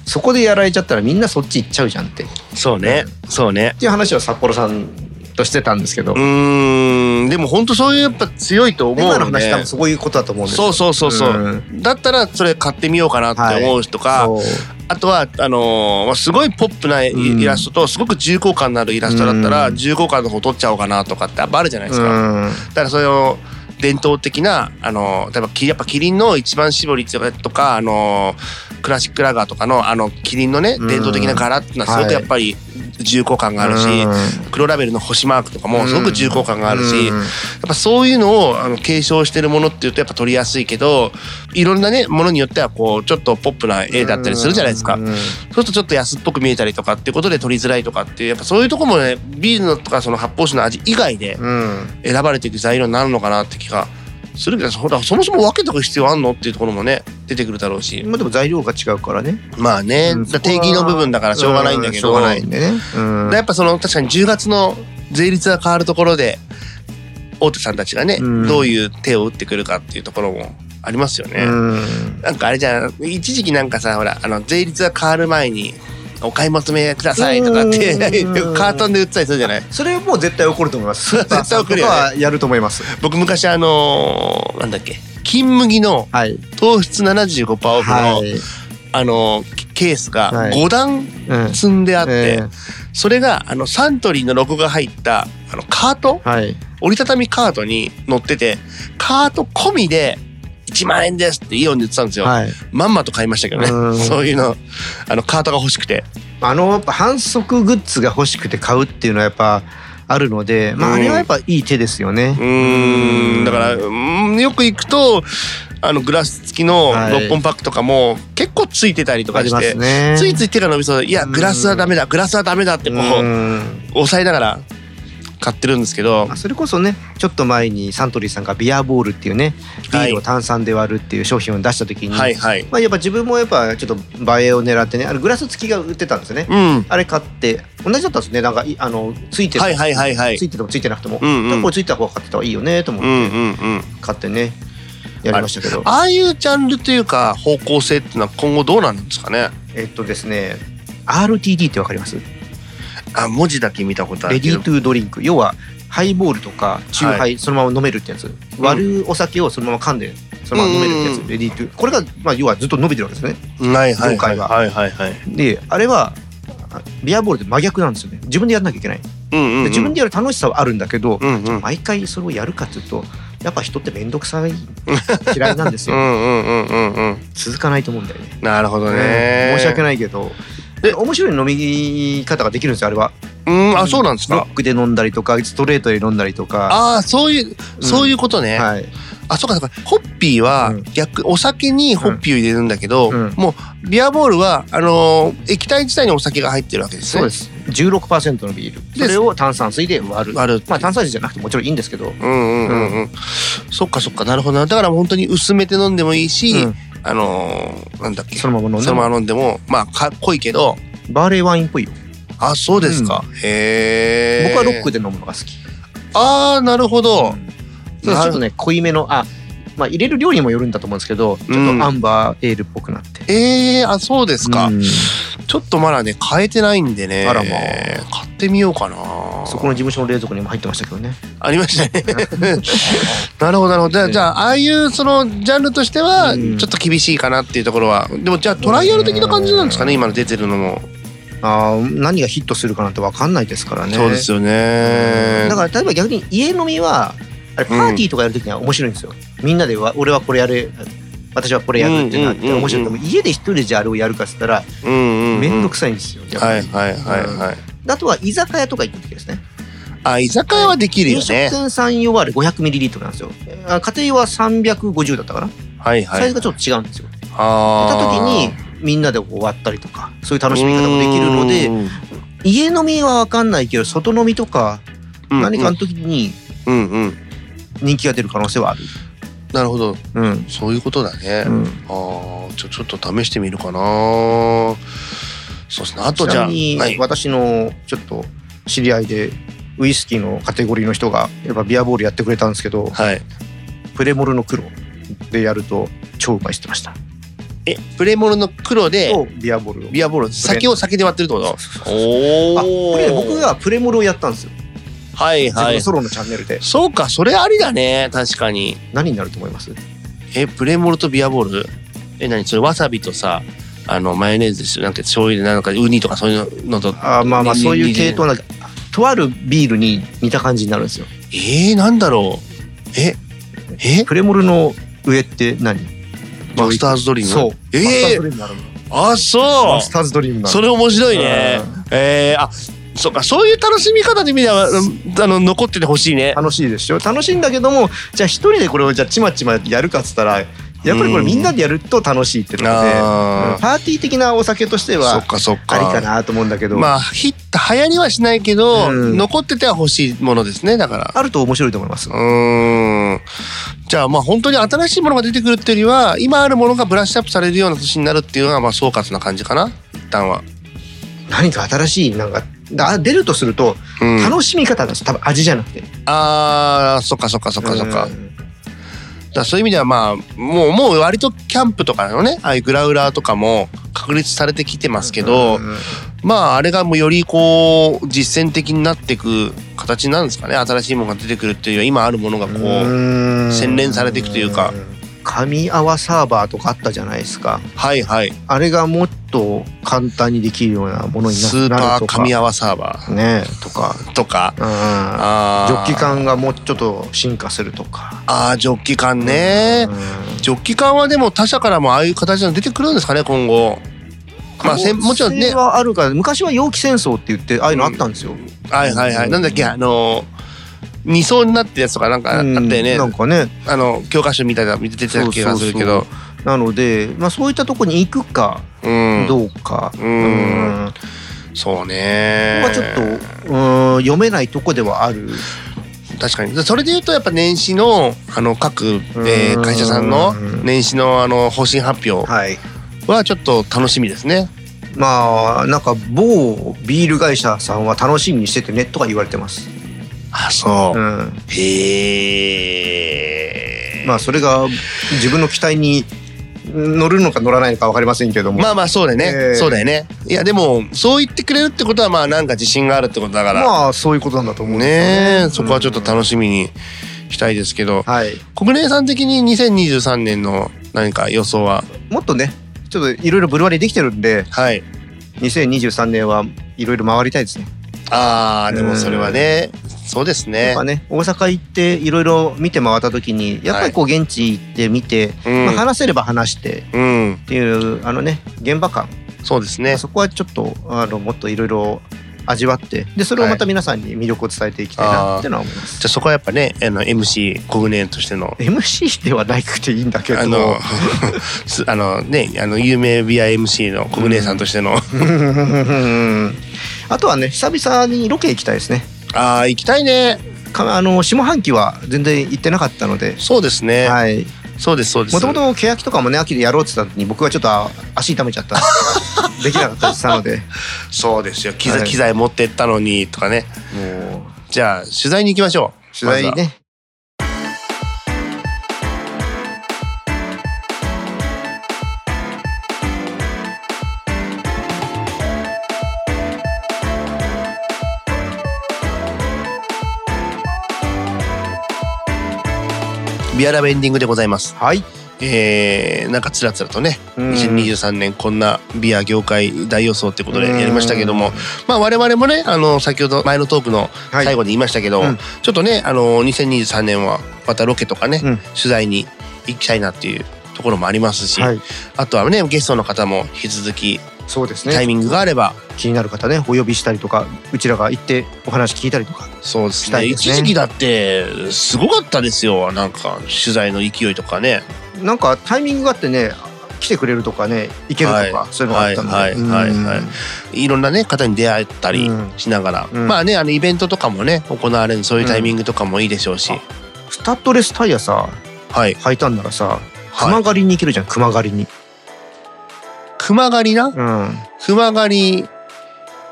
Speaker 2: そこでやられちゃったらみんなそっち行っちゃうじゃんってっ
Speaker 1: そうね。そうね。
Speaker 2: ていう話を札幌さんとしてたんですけど、
Speaker 1: うーん。でも本当そういうやっぱ強いと思う、ね。
Speaker 2: 今の話多分そういうことだと思うんです
Speaker 1: そうそうそうそう。
Speaker 2: ん
Speaker 1: だったらそれ買ってみようかなって思う人か、
Speaker 2: そう
Speaker 1: あとはあのーまあすごいポップなイ
Speaker 2: うん
Speaker 1: イラストとすごく重厚感のあるイラストだったら
Speaker 2: うん
Speaker 1: 重厚感の方取っちゃおうかなとかってやっぱあるじゃないです
Speaker 2: う
Speaker 1: か。
Speaker 2: ん
Speaker 1: だからそれを伝統的なあのー例えばキやっぱキリンの一番絞りとかとかあのークラシックラガーとかのあのキリンのね
Speaker 2: うん
Speaker 1: 伝統的な柄ってのはすご
Speaker 2: は
Speaker 1: く
Speaker 2: い
Speaker 1: やっぱり重厚感があるし。
Speaker 2: うん
Speaker 1: 黒ラベルの星マークとかもすごく重厚感があるし、
Speaker 2: う
Speaker 1: やっ
Speaker 2: ん
Speaker 1: ぱそういうのをあの継承してるものっていうとやっぱ取りやすいけどいろんなねものによってはこうちょっとポップな絵だったりするじゃないですか、
Speaker 2: うん
Speaker 1: そうするとちょっと安っぽく見えたりとかっていうことで取りづらいとかっていうやっぱそういうとこもねビールのとかその発泡酒の味以外で
Speaker 2: うん
Speaker 1: 選ばれていく材料になるのかなって気がするけどそらそもそも分けとく必要あんのっていうところもね出てくるだろうし
Speaker 2: まあでも材料が違うからね
Speaker 1: まあね、
Speaker 2: うん
Speaker 1: だから定義の部分だからしょうがないんだけど、
Speaker 2: うしょうがないんでね、うん
Speaker 1: やっぱその確かに10月の税率が変わるところで大手さんたちがね、
Speaker 2: うん
Speaker 1: どういう手を打ってくるかっていうところもありますよね。
Speaker 2: うん
Speaker 1: なんかあれじゃん一時期なんかさほらあの税率が変わる前に「お買い求めください」とかって
Speaker 2: う
Speaker 1: (laughs)
Speaker 2: ん
Speaker 1: カートンで売ってたりするじゃない
Speaker 2: それもう絶対起こると思います。
Speaker 1: (laughs) 絶対起こるよね
Speaker 2: スーパーさんとかはやると思います。
Speaker 1: 僕昔あのーなんだっけ金麦の
Speaker 2: はい。
Speaker 1: 糖質75%オフの、
Speaker 2: はい。
Speaker 1: あのーケースが
Speaker 2: はい
Speaker 1: 5段
Speaker 2: うん。
Speaker 1: 積んであって、
Speaker 2: え
Speaker 1: それがあのサントリーのロゴが入ったあのカート、
Speaker 2: ーはい。
Speaker 1: 折りたたみカートに乗っててカート込みで1万円ですってイオンで言ってたんですよ、
Speaker 2: はい。
Speaker 1: まんまと買いましたけど
Speaker 2: うん
Speaker 1: ね (laughs) そういうのあのカートが欲しくて
Speaker 2: あのやっぱ反則グッズが欲しくて買うっていうのはやっぱあるので、ま
Speaker 1: うん
Speaker 2: ああれはやっぱいい手ですよね
Speaker 1: う。ー
Speaker 2: うん
Speaker 1: んだからうんよく行くとあのグラス付きの
Speaker 2: はい
Speaker 1: 6本パックとかも結構ついてたりと
Speaker 2: あ
Speaker 1: か
Speaker 2: り
Speaker 1: し
Speaker 2: ま
Speaker 1: て、
Speaker 2: すね。
Speaker 1: ついつい手が伸びそうでいや
Speaker 2: うん
Speaker 1: グラスはダメだグラスはダメだってこう、
Speaker 2: うん
Speaker 1: 押さえながら買ってるんですけど
Speaker 2: まあそれこそねちょっと前にサントリーさんがビアボールっていうねビールを炭酸で割るっていう商品を出した時に、
Speaker 1: はいはい
Speaker 2: まあ、やっぱ自分もやっぱちょっと映えを狙ってねあれグラス付きが売ってたんですよね、
Speaker 1: うん
Speaker 2: あれ買って同じだったんですねなんかいあのついてる
Speaker 1: はいはいはいはい
Speaker 2: ついててもついてなくても、
Speaker 1: うんうん
Speaker 2: これついた方が買ってた方がいいよねと思
Speaker 1: う
Speaker 2: っ
Speaker 1: ん
Speaker 2: て
Speaker 1: うんうん
Speaker 2: 買ってね、やりましたけど
Speaker 1: ああいうジャンルというか方向性っていうのは今後どうなんですかね
Speaker 2: えっとですね RTD ってわかります
Speaker 1: あ文字だけ見たことあ
Speaker 2: レ
Speaker 1: る
Speaker 2: デ
Speaker 1: け
Speaker 2: ィ
Speaker 1: ど
Speaker 2: ートゥードリンク要はハイボールとかチューハイ、
Speaker 1: は
Speaker 2: そのまま飲めるってやつ、割るお酒をそのまま噛んでそのまま飲めるってやつ、
Speaker 1: うん
Speaker 2: レディートゥーこれが、まあ、要はずっと伸びてるわけですね
Speaker 1: はいはい
Speaker 2: 業界は
Speaker 1: はいはいはい
Speaker 2: であれはあビアボールって真逆なんですよね自分でやんなきゃいけない、で
Speaker 1: うんうんうん
Speaker 2: 自分でやる楽しさはあるんだけど、
Speaker 1: うんうんうん
Speaker 2: 毎回それをやるかっていうとやっぱ人って面倒くさい嫌いなんですよ、
Speaker 1: うんうんうんうん
Speaker 2: 続かないと思うんだよね
Speaker 1: なるほどね
Speaker 2: 申し訳
Speaker 1: ない
Speaker 2: ないけど
Speaker 1: で
Speaker 2: で面白い飲み方ができるんですよあれは
Speaker 1: うんあそうなんです
Speaker 2: ロ
Speaker 1: か
Speaker 2: ックで飲んだりとかストレートで飲んだりとか
Speaker 1: ああそういうそういうことね
Speaker 2: はい
Speaker 1: あそうかそうかホッピー
Speaker 2: う
Speaker 1: は
Speaker 2: ん
Speaker 1: 逆お酒にホッピーを入れるんだけど
Speaker 2: うん
Speaker 1: もうビアボールはあのー液体自体にお酒が入ってるわけですね
Speaker 2: そうです16%のビール
Speaker 1: で
Speaker 2: それを炭酸水で割る
Speaker 1: 割る
Speaker 2: まあ炭酸水じゃなくてもちろんいいんですけど、
Speaker 1: うんうんうんうんそっかそっかなるほどなだから本当に薄めて飲んでもいいし
Speaker 2: うん
Speaker 1: あのーなんだっけ
Speaker 2: そのまま飲ん
Speaker 1: そ
Speaker 2: で
Speaker 1: のま
Speaker 2: も
Speaker 1: ま飲んでもまあか濃いけど
Speaker 2: バーレーワインっぽいよ
Speaker 1: あそうですか、へえ
Speaker 2: 僕はロックで飲むのが好き
Speaker 1: ああなるほど
Speaker 2: ちょっとね濃いめのあまあ入れる量にもよるんだと思うんですけどちょっと
Speaker 1: うん
Speaker 2: アンバーエールっぽくなって。
Speaker 1: ええー、あそうですか、
Speaker 2: うん
Speaker 1: ちょっとまだね変えてないんでね
Speaker 2: あらまあ
Speaker 1: 買ってみようかな
Speaker 2: そこの事務所の冷蔵庫にも入ってましたけどね。
Speaker 1: ありましたね
Speaker 2: (laughs)
Speaker 1: なるほどなるほどじゃあじゃあああいうそのジャンルとしては
Speaker 2: うん
Speaker 1: ちょっと厳しいかなっていうところはでもじゃあトライアル的な感じなんですかね今の出てるのも、
Speaker 2: あー何がヒットするかなんて分かんないですからね。
Speaker 1: そうですよね
Speaker 2: だから例えば逆に家飲みはあれパーティーとかやるときには面白いんですよ、みんなでわ俺はこれやる私はこれやるってなっ
Speaker 1: うんうん
Speaker 2: て
Speaker 1: うんうん
Speaker 2: 面白いけど家で一人でじゃああれをやるかっつったら
Speaker 1: らうんうん
Speaker 2: 面倒く
Speaker 1: さ
Speaker 2: さいんですよ、やっぱ
Speaker 1: は
Speaker 2: り
Speaker 1: いはいはいはい、
Speaker 2: あとは居酒屋とか行く時ですね
Speaker 1: あ居酒屋はできるよ
Speaker 2: 飲食
Speaker 1: ね
Speaker 2: 店さん用はあれ 500ml なんですよあ家庭は350だったかな、
Speaker 1: はいはい
Speaker 2: サイズがちょっと違うんですよやった時
Speaker 1: あー
Speaker 2: にみんなでこう割ったりとかそういう楽しみ方もできるので
Speaker 1: うん
Speaker 2: 家飲みは分かんないけど外飲みとか
Speaker 1: うん
Speaker 2: 何かの時に
Speaker 1: うんうん
Speaker 2: 人気が出る可能性はある、
Speaker 1: なるほど
Speaker 2: うん
Speaker 1: そういうことだね、
Speaker 2: うん、
Speaker 1: ああちょちょっと試してみるかなそうですねあと
Speaker 2: ち
Speaker 1: じ
Speaker 2: な
Speaker 1: ゃあ
Speaker 2: みに、
Speaker 1: はい、
Speaker 2: 私のちょっと知り合いでウイスキーのカテゴリーの人がやっぱビアボールやってくれたんですけど
Speaker 1: はい、
Speaker 2: プレモルの黒でやると超うまいって言ってました
Speaker 1: え、プレモルの黒で、
Speaker 2: とビアボールを。
Speaker 1: ビアボール、酒を酒で割ってるってこと
Speaker 2: あ
Speaker 1: お
Speaker 2: これね僕。がプレモルをやったんですよ
Speaker 1: はい
Speaker 2: 自
Speaker 1: は
Speaker 2: 分の
Speaker 1: い。
Speaker 2: ソロのチャンネルで
Speaker 1: そうか、それありだね。確かに。
Speaker 2: 何になると思います
Speaker 1: え、プレモルとビアボールえ、何それ、わさびとさ、あの、マヨネーズでしょなんか醤油でなんかウニとかそういうのと。
Speaker 2: あーまあまあ
Speaker 1: に
Speaker 2: そうい
Speaker 1: に
Speaker 2: う系統なとあるビールに似た感じになるんですよ
Speaker 1: えー、なんだろう。え、え
Speaker 2: プレモルの上って何
Speaker 1: マスターズドリーム
Speaker 2: そう
Speaker 1: え
Speaker 2: マスター
Speaker 1: え
Speaker 2: ズドリームなるの
Speaker 1: あ、そ
Speaker 2: マスターズドリーム
Speaker 1: う。
Speaker 2: な
Speaker 1: そ
Speaker 2: る
Speaker 1: れ面白いね
Speaker 2: う。
Speaker 1: えー、あ、そっか、そういう楽しみ方で意味では、うんあの、残っててほしいね。
Speaker 2: 楽しいでしょ楽しいんだけどもじゃあ一人でこれをじゃあちまちまやるかっつったらやっぱりこれみんなでやると楽しいっていうのでうん
Speaker 1: あ
Speaker 2: パーティー的なお酒として
Speaker 1: あ、そ
Speaker 2: は
Speaker 1: っかそっ
Speaker 2: あ
Speaker 1: か。
Speaker 2: りかなと思うんだけど、
Speaker 1: まあ、ヒット、流行りはしないけど、
Speaker 2: うん
Speaker 1: 残ってては欲しいものですね、だから。
Speaker 2: あると面白いと思います
Speaker 1: うーん。じゃあ、まあ本当に新しいものが出てくるっていうよりは、今あるものがブラッシュアップされるような年になるっていうのが、まあ総括な感じかな、一旦は。
Speaker 2: 何か新しいなんかだ出るとすると
Speaker 1: うん、
Speaker 2: 楽しみ方なんです多分味じゃなくて
Speaker 1: あー、そっかそっかそっかそっか。
Speaker 2: うん
Speaker 1: だからそういう意味ではまあもうもう割とキャンプとかのねああいうグラウラーとかも確立されてきてますけど、
Speaker 2: うん
Speaker 1: まああれがもうよりこう実践的になっていく形なんですかね新しいものが出てくるっていうよりは今あるものがこう、
Speaker 2: う
Speaker 1: 洗練されていくというか
Speaker 2: 紙合わサーバーとかあったじゃないですか
Speaker 1: はいはい
Speaker 2: あれがもっと簡単にできるようなものにな
Speaker 1: スー
Speaker 2: な
Speaker 1: パ
Speaker 2: ると
Speaker 1: ー
Speaker 2: か
Speaker 1: 神泡サーバー
Speaker 2: ねとか、
Speaker 1: とか
Speaker 2: うん、
Speaker 1: あ
Speaker 2: ジ
Speaker 1: ー
Speaker 2: ョッキ缶がもうちょっと進化するとか
Speaker 1: あージョッキ缶ね、
Speaker 2: うん
Speaker 1: ジョッキ缶はでも他社からもああいう形の出てくるんですかね今後まあせんもちろん
Speaker 2: 可能
Speaker 1: ね
Speaker 2: 性はあるから昔は容器戦争って言ってああいうのあったんですよ、
Speaker 1: はいはいはい、
Speaker 2: うん
Speaker 1: なんだっけあの二層になってるやつとかなんかあったよね、
Speaker 2: うんなんかね
Speaker 1: あの教科書みたいなの見てた気がするけど
Speaker 2: そうなので、まあ、そういったとこに行くか
Speaker 1: うん
Speaker 2: どうか、
Speaker 1: う
Speaker 2: うん
Speaker 1: ん
Speaker 2: こ
Speaker 1: そうね
Speaker 2: こはちょっと、うん、読めないとこではある、
Speaker 1: 確かにそれで言うとやっぱ年始のあの各、えー
Speaker 2: うん
Speaker 1: 会社さんの年始のあの方針発表
Speaker 2: はい、
Speaker 1: はちょっと楽しみですね
Speaker 2: まあなんか某ビール会社さんは楽しみにしててねとか言われてます、、
Speaker 1: あそううんへえ
Speaker 2: まあそれが自分の期待に乗るのか乗らないのか分かりませんけども、
Speaker 1: まあまあそうだよね、
Speaker 2: えー
Speaker 1: そうだよねいやでもそう言ってくれるってことはまあなんか自信があるってことだから、
Speaker 2: まあそういうことなんだと思うんですよ
Speaker 1: ねえそこはちょっと楽しみにしたいですけど、
Speaker 2: うんはい
Speaker 1: 国連さん的に2023年の何か予想は
Speaker 2: もっとねちょっといろいろブルワリーできてるんで
Speaker 1: はい
Speaker 2: 2023年はいろいろ回りたいですね
Speaker 1: あーでもそれはねそうです
Speaker 2: や
Speaker 1: ね
Speaker 2: っぱね大阪行っていろいろ見て回った時にやっぱりこう現地行って見て、
Speaker 1: う
Speaker 2: まあ、
Speaker 1: ん、
Speaker 2: 話せれば話して
Speaker 1: うん、
Speaker 2: っていうあのね現場感
Speaker 1: そうですね
Speaker 2: そこはちょっとあのもっといろいろ味わってでそれをまた皆さんに魅力を伝えていきたいなってのは思います。
Speaker 1: じゃあそこはやっぱねあの MC 国連としての
Speaker 2: MC ではなくていいんだけど
Speaker 1: あの (laughs) すあのねあの有名ビア MC の国連さんとしての、
Speaker 2: うん (laughs) あとはね久々にロケ行きたいですね
Speaker 1: ああ行きたいね
Speaker 2: かあの下半期は全然行ってなかったので
Speaker 1: そうですね、
Speaker 2: はい
Speaker 1: そうですそうです
Speaker 2: もともと欅とかもね秋でやろうって言ったのに僕はちょっとあ足痛めちゃった
Speaker 1: (laughs)
Speaker 2: できなかったりしたので
Speaker 1: そうですよ機材,、
Speaker 2: はい
Speaker 1: 機材持ってったのにとかね
Speaker 2: もう
Speaker 1: じゃあ取材に行きましょう
Speaker 2: 取材
Speaker 1: まずは
Speaker 2: ね
Speaker 1: ビアラブエンディングでございます
Speaker 2: はい
Speaker 1: えー、なんかつらつらとね
Speaker 2: うん
Speaker 1: 2023年こんなビア業界大予想ってことでやりましたけども、まあ我々もねあの先ほど前のトークの
Speaker 2: はい
Speaker 1: 最後で言いましたけど、
Speaker 2: うん
Speaker 1: ちょっとねあの2023年はまたロケとかね、
Speaker 2: うん
Speaker 1: 取材に行きたいなっていうところもありますし、
Speaker 2: はい
Speaker 1: あとはねゲストの方も引き続き
Speaker 2: そうです
Speaker 1: タイ
Speaker 2: ね
Speaker 1: ミングがあれば、
Speaker 2: 気になる方ねお呼びしたりとかうちらが行ってお話聞いたりとか
Speaker 1: そうです
Speaker 2: した
Speaker 1: ね
Speaker 2: いです
Speaker 1: 一
Speaker 2: ね
Speaker 1: 時期だってすごかったですよなんか取材の勢いとかね
Speaker 2: なんかタイミングがあってね来てくれるとかね行けるとか、
Speaker 1: は
Speaker 2: そういうのがあったので、
Speaker 1: はいはい
Speaker 2: うん
Speaker 1: はいいろんなね方に出会ったりしながら、
Speaker 2: うん
Speaker 1: まあねあのイベントとかもね行われるそういうタイミングとかもいいでしょうし、
Speaker 2: うんスタッドレスタイヤさ
Speaker 1: はい
Speaker 2: 履いたんならさ
Speaker 1: はい
Speaker 2: 熊狩りに行けるじゃん熊狩りに、
Speaker 1: 熊狩りな
Speaker 2: うん
Speaker 1: 熊狩り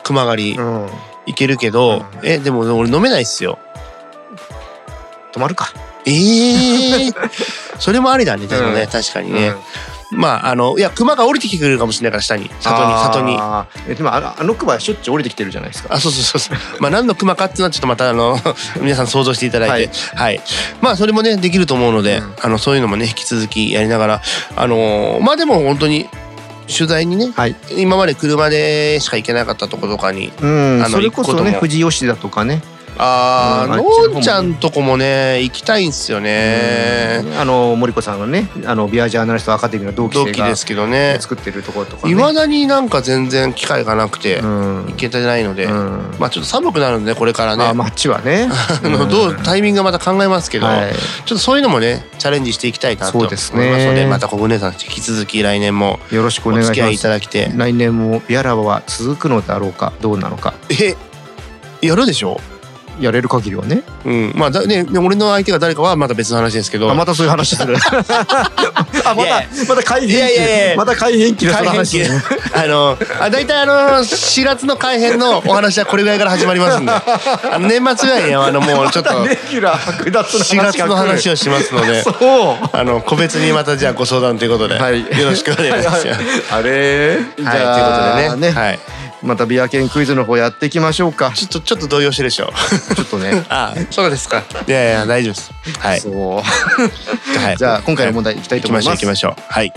Speaker 1: 熊狩り
Speaker 2: うん、
Speaker 1: 行けるけど、
Speaker 2: うん
Speaker 1: えでも俺飲めないっすよ
Speaker 2: 泊まるか、 (laughs)
Speaker 1: ええそれもありだねでもね、
Speaker 2: うん
Speaker 1: 確かにね、
Speaker 2: うん
Speaker 1: まあ、あの、いや、熊が降りてきてくれるかもしれないから、下に。里に、里に。
Speaker 2: あーえでもあのあのクマはしょっちゅう降りてきてるじゃないですか。
Speaker 1: あ、そうそうそうそう。まあ、何の熊かっていうのは、ちょっとまた、あの、 (laughs) 皆さん想像していただいて。はい。まあ、それもね、できると思うので、
Speaker 2: うん
Speaker 1: あの、そういうのもね、引き続きやりながら、あのーまあ、でも本当に、取材にね、
Speaker 2: はい。
Speaker 1: 今まで車でしか行けなかったとことかに、
Speaker 2: うん
Speaker 1: あの
Speaker 2: それこそ
Speaker 1: 行くこと
Speaker 2: ね
Speaker 1: も
Speaker 2: 富士吉田とかね。
Speaker 1: あー、
Speaker 2: うんあっちの方もね
Speaker 1: のんちゃんとこもね、行きたいんすよね。
Speaker 2: うんあの森子さんのねあのビアジャーナリストアカデミーの同期
Speaker 1: 同
Speaker 2: 生
Speaker 1: 期
Speaker 2: が
Speaker 1: ですけどね。
Speaker 2: 作ってるところとかね。
Speaker 1: いまだになんか全然機会がなくて、
Speaker 2: うん
Speaker 1: 行けてないので、
Speaker 2: うん
Speaker 1: まあちょっと寒くなるんでねこれからね
Speaker 2: あマッチはね
Speaker 1: (laughs) あのどう
Speaker 2: うん
Speaker 1: タイミングがまた考えますけど、
Speaker 2: はい
Speaker 1: ちょっとそういうのもねチャレンジしていきたいなと
Speaker 2: そ
Speaker 1: 思いうま
Speaker 2: ですす
Speaker 1: の
Speaker 2: ね
Speaker 1: でまた小舟さん引き続き来年も
Speaker 2: よろしくお
Speaker 1: お
Speaker 2: 願い
Speaker 1: 付き合いい
Speaker 2: したま
Speaker 1: だきて
Speaker 2: す。来年もビアラは続くのだろうかどうなのか
Speaker 1: えやるでしょ
Speaker 2: やれる限りはね。
Speaker 1: うんまあだねね俺の相手が誰かはまた別の話ですけど
Speaker 2: あまたそういう
Speaker 1: (laughs)
Speaker 2: 話する。あま
Speaker 1: いやい
Speaker 2: たまた改
Speaker 1: いやいやいや
Speaker 2: 変期また改変期のその話。
Speaker 1: 改 (laughs) あのあ大体あの4月の改編のお話はこれぐらいから始まりますんであの年末ぐらいにはあのもうちょっと
Speaker 2: (laughs) レギュラー剥奪の話
Speaker 1: 4
Speaker 2: が
Speaker 1: 月の話をしますので
Speaker 2: そう。
Speaker 1: あの個別にまたじゃあご相談ということで、
Speaker 2: はい
Speaker 1: よろしくお願いします。はい、
Speaker 2: あれじゃあ
Speaker 1: ということでね
Speaker 2: ね
Speaker 1: はい、
Speaker 2: またビアケンクイズの方やっていきましょうか。
Speaker 1: ちょっとちょっと動揺してるでしょ。
Speaker 2: ちょっとね。
Speaker 1: あそうですか。いやいや大丈夫です。はい。
Speaker 2: そう。
Speaker 1: はい、
Speaker 2: じゃあ今回の問
Speaker 1: 題
Speaker 2: 題いきたい
Speaker 1: 行
Speaker 2: と
Speaker 1: き
Speaker 2: 思
Speaker 1: ま
Speaker 2: い
Speaker 1: しょう
Speaker 2: ま
Speaker 1: 行き
Speaker 2: す。
Speaker 1: ましょう。はい。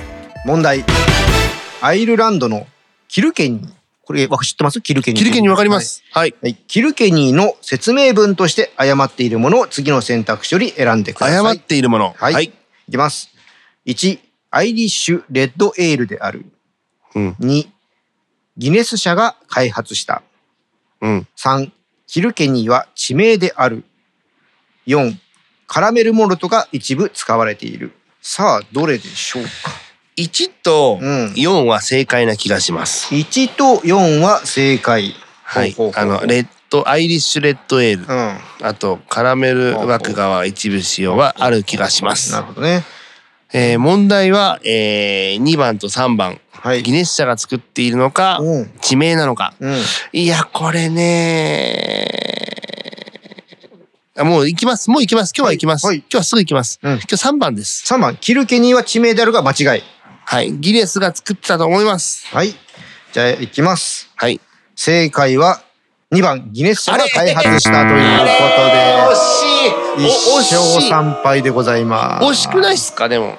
Speaker 2: 問題。アイルランドのキルケニー。これわ知ってます？キルケニー。
Speaker 1: キルケにわかりま。す。はい。
Speaker 2: はい、キルケニーの説明文として誤っているものを次の選択肢より選んでください。
Speaker 1: 誤っているもの。
Speaker 2: はい、い、きます。1、アイリッシュレッドエールである。
Speaker 1: うん
Speaker 2: 2、ギネス社が開発した。
Speaker 1: うん。
Speaker 2: 3、キルケニーは地名である。4、カラメルモルトが一部使われている。さあ、どれでしょうか。
Speaker 1: 一と
Speaker 2: うん
Speaker 1: 四は正解な気がします。
Speaker 2: 1と4は正解。
Speaker 1: はい
Speaker 2: ほう。ほ
Speaker 1: あ
Speaker 2: うほう
Speaker 1: のレッドアイリッシュレッドエール、
Speaker 2: うん。
Speaker 1: あとカラメルワクガワ一部使用はある気がします
Speaker 2: な。るほどね。
Speaker 1: えー、問題は、えー、2番と3番。
Speaker 2: はい
Speaker 1: ギ。ネス社が作っているのか、
Speaker 2: うん。
Speaker 1: 地名なのか。
Speaker 2: うん。
Speaker 1: いや、これね。あもう行きます。もう行きます。今日は行きます。
Speaker 2: はいはい
Speaker 1: 今日はすぐ行きます。
Speaker 2: うん
Speaker 1: 今日3番です。
Speaker 2: 3番、キルケニーは地名であるが間違い。
Speaker 1: はい。ギネスが作ってたと思います。
Speaker 2: はい。じゃあ、いきます。
Speaker 1: はい。
Speaker 2: 正解は2番ギネス社が開発したというこ
Speaker 1: あ
Speaker 2: と
Speaker 1: れ惜
Speaker 2: で一
Speaker 1: しいお惜し
Speaker 2: 勝
Speaker 1: い
Speaker 2: 三敗でございます
Speaker 1: 惜しくないっすかでも。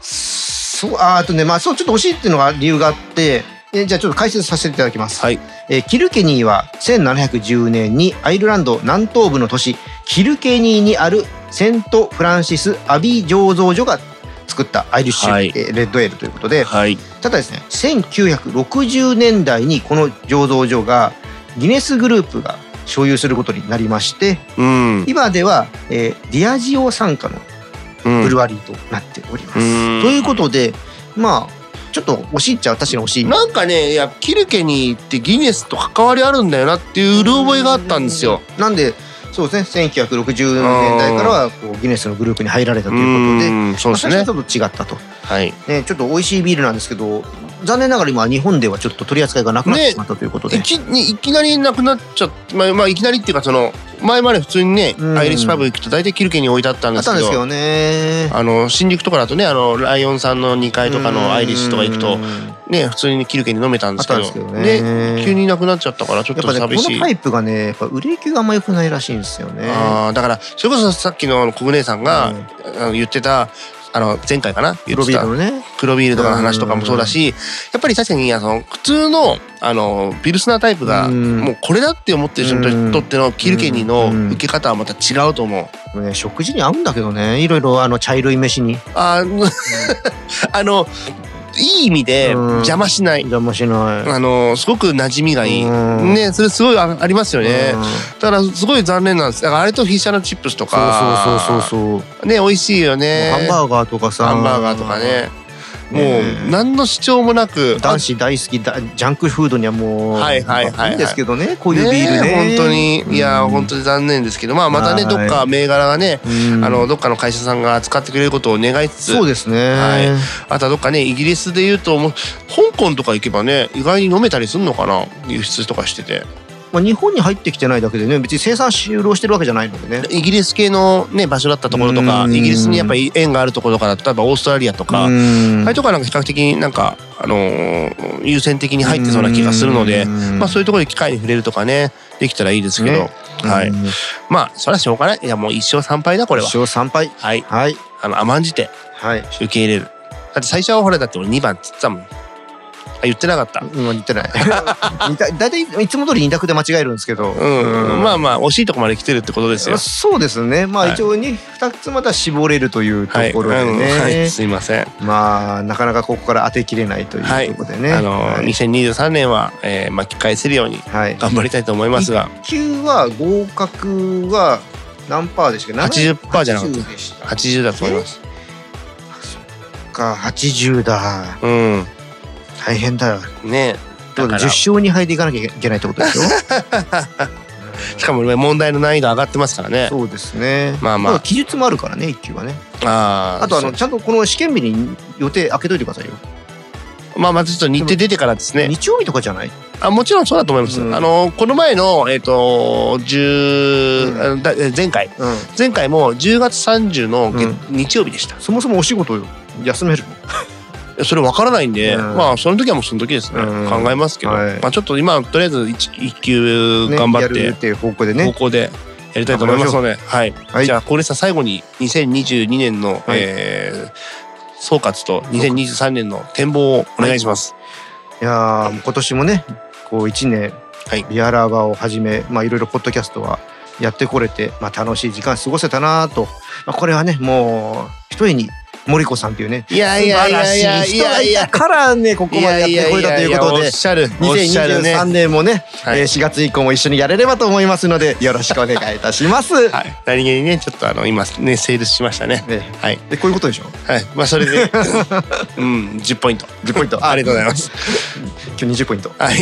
Speaker 2: そうああとねまあそうちょっと惜しいっていうのが理由があってえじゃあちょっと解説させていただきます、
Speaker 1: はい。
Speaker 2: えーキルケニーは1710年にアイルランド南東部の都市キルケニーにあるセント・フランシス・アビー醸造所が作ったアイリッシュ、
Speaker 1: はい
Speaker 2: えーレッドエールということで、
Speaker 1: はい。
Speaker 2: ただですね1960年代にこの醸造所がギネスグループが所有することになりまして
Speaker 1: うん。うん
Speaker 2: 今では、えーディアジオ傘下のブルワリーとなっております。
Speaker 1: うん
Speaker 2: ということでまあちょっと惜しいっちゃ私の惜しい。
Speaker 1: なんかね、いや、キルケに行ってギネスと関わりあるんだよなっていううる覚えがあったんですよ。
Speaker 2: なんでそうですね1960年代からはこうギネスのグループに入られたということで。
Speaker 1: うんそう
Speaker 2: ま
Speaker 1: です
Speaker 2: あ最初は
Speaker 1: ね
Speaker 2: ち。ょっと違ったと、
Speaker 1: はい。
Speaker 2: ね、ちょっと美味しいビールなんですけど残念ながら今日本ではちょっと取り扱いがなくなってしまったということで、
Speaker 1: いきにいきなりなくなっちゃって、まあ、まあいきなりっていうかその前まで普通にね、
Speaker 2: うん
Speaker 1: アイリッシュパブ行くと大体キルケに置いてあったん
Speaker 2: あ
Speaker 1: で
Speaker 2: っ
Speaker 1: す
Speaker 2: たん
Speaker 1: け
Speaker 2: です
Speaker 1: ど
Speaker 2: けどね
Speaker 1: あの新宿とかだとねあのライオンさんの2階とかのアイリッシュとか行く
Speaker 2: う
Speaker 1: と
Speaker 2: ん
Speaker 1: ね普通にキルケに飲めたん
Speaker 2: あ
Speaker 1: で
Speaker 2: っ
Speaker 1: すけ
Speaker 2: たん
Speaker 1: ど
Speaker 2: ですけどね
Speaker 1: で急になくなっちゃったからちょっ
Speaker 2: やっ
Speaker 1: と
Speaker 2: ぱねこ
Speaker 1: 寂しい
Speaker 2: の。タイプがねやっぱ売れ行きがあんま良くないらしいんですよね。
Speaker 1: あーだからそれこそさっきの小姉さんが、
Speaker 2: うん
Speaker 1: あの言ってたあの前回かな言
Speaker 2: 黒
Speaker 1: って
Speaker 2: ビー
Speaker 1: た
Speaker 2: ルのね
Speaker 1: 黒ビールとかの話とかもそうだしやっぱり確かにあの普通のあのビルスナータイプが
Speaker 2: うん
Speaker 1: もうこれだって思ってる人
Speaker 2: う
Speaker 1: に
Speaker 2: ん
Speaker 1: とってのキルケニー
Speaker 2: うん
Speaker 1: の受け方はまた違うと思う。
Speaker 2: でもね食事に合うんだけどねいろいろあの茶色い飯に
Speaker 1: あ (laughs) ーあのいい意味で
Speaker 2: うん
Speaker 1: 邪魔しない。
Speaker 2: 邪魔しない。
Speaker 1: あのすごく馴染みがいい。
Speaker 2: うん
Speaker 1: ねそれすごいあありますよね
Speaker 2: う。ん
Speaker 1: ただすごい残念なんです。だからあれとフィッシャーのチップスと
Speaker 2: そう
Speaker 1: か
Speaker 2: そうそうそうそう、もう
Speaker 1: ね美味しいよね。
Speaker 2: ハンバーガーとかさ
Speaker 1: ハンバーガーとかね。も
Speaker 2: ね
Speaker 1: う何の主張もなく
Speaker 2: 男子大好きだジャンクフードにはもう、
Speaker 1: はいはいはいはい
Speaker 2: いんですけどねこういうビールね
Speaker 1: え本当にいや
Speaker 2: うん
Speaker 1: 本当に残念ですけどまあまたね
Speaker 2: はい
Speaker 1: どっか銘柄がね
Speaker 2: うん
Speaker 1: あのどっかの会社さんが扱ってくれることを願いつつ
Speaker 2: そうですね、
Speaker 1: はいあとはどっかねイギリスで言うともう香港とか行けばね意外に飲めたりするのかな輸出とかしてて
Speaker 2: まあ、日本に入ってきてないだけでね別に生産終了してるわけじゃないのでね
Speaker 1: イギリス系のね場所だったところとか
Speaker 2: う
Speaker 1: イ
Speaker 2: ん
Speaker 1: ギリスにやっぱり縁があるところから例えばオーストラリアとか、
Speaker 2: うん
Speaker 1: あれとかなんか比較的なんか、あのー優先的に入ってそうな気がするので、
Speaker 2: うん
Speaker 1: まあ、そういうところに機会に触れるとかねできたらいいですけど、
Speaker 2: ね
Speaker 1: はい
Speaker 2: うん
Speaker 1: まあそれはしょうがないいやもう一生参拝だこれは
Speaker 2: 一。生参拝
Speaker 1: はい、
Speaker 2: はい
Speaker 1: あの甘んじて
Speaker 2: はい
Speaker 1: 受け入れるだって最初はほらだって俺2番っつったもんあ言ってなかった
Speaker 2: うん似てない似た大体いつも通り二択で間違えるんですけど、
Speaker 1: うん、
Speaker 2: うん
Speaker 1: まあまあ惜しいとこまで来てるってことですよ
Speaker 2: そうですねま
Speaker 1: はい
Speaker 2: あ一応に二つまた絞れるというと
Speaker 1: はい、
Speaker 2: ころで
Speaker 1: うん
Speaker 2: ね、
Speaker 1: はい、すいません、
Speaker 2: まあなかなかここから当てきれないというところでね、
Speaker 1: あのー
Speaker 2: はい
Speaker 1: 2023年は、えー巻き返せるように
Speaker 2: はい、
Speaker 1: 頑張りたいと思いますが
Speaker 2: 級は合格は何パーでしたっけ
Speaker 1: 80%じゃなかった
Speaker 2: たでした
Speaker 1: 80だと思います
Speaker 2: か80だ
Speaker 1: うん
Speaker 2: 大変だよ
Speaker 1: ねえ
Speaker 2: だ
Speaker 1: だ
Speaker 2: から
Speaker 1: から
Speaker 2: 10勝に入でいかなきゃいけないってこと
Speaker 1: (laughs)
Speaker 2: でしょ
Speaker 1: しかも問題の難易度上がってますからね
Speaker 2: そうですね
Speaker 1: まあまあ
Speaker 2: だ記述もあるからね一級はね
Speaker 1: あー
Speaker 2: あとあの
Speaker 1: そ
Speaker 2: ちゃんとこの試験日に予定開けといてくださいよ
Speaker 1: うまあまあちょっと日程出てからですね
Speaker 2: 日曜日とかじゃない
Speaker 1: あもちろんそうだと思います、
Speaker 2: うん
Speaker 1: あのこの前のえっ、と10、
Speaker 2: うん
Speaker 1: あのだえ前回
Speaker 2: うん
Speaker 1: 前回も10月30の月、
Speaker 2: う
Speaker 1: 日曜日でした
Speaker 2: そもそもお仕事休める
Speaker 1: それ分からないんで、
Speaker 2: うん
Speaker 1: まあその時はもうその時ですね、
Speaker 2: うん
Speaker 1: 考えますけど、
Speaker 2: はい
Speaker 1: まあちょっと今とりあえず一一級
Speaker 2: ね
Speaker 1: 頑張っ
Speaker 2: や
Speaker 1: て、
Speaker 2: るっていう方向で
Speaker 1: 方
Speaker 2: ね
Speaker 1: 向でやりたいと思いますので、はい、
Speaker 2: はい
Speaker 1: じゃあ小林さん最後に2022年の、
Speaker 2: はい
Speaker 1: えー総括と2023年の展望をお願いします。
Speaker 2: いやーもう今年もねこう一年
Speaker 1: はい
Speaker 2: リアラーバーをはじめまあいろいろポッドキャストはやってこれて、まあ、楽しい時間過ごせたなと、まあ、これはねもう一重に森子さんっていうね
Speaker 1: いやいやいやいやいやいや
Speaker 2: 素晴らしい人がたからねここまでやってこれたということ
Speaker 1: おっ
Speaker 2: で
Speaker 1: しゃるおっしゃるね。
Speaker 2: 2023年もね、
Speaker 1: はい
Speaker 2: えー4月以降も一緒にやれればと思いますのでよろしくお願いいたします。
Speaker 1: はい、何気にねちょっとあの今ねセールスしましたね。
Speaker 2: ね
Speaker 1: はい
Speaker 2: でこういうことでしょ
Speaker 1: はいまあそれで (laughs) うん10ポイント
Speaker 2: 10ポイント
Speaker 1: ありがとうございます。
Speaker 2: 今日20ポイント。
Speaker 1: はい、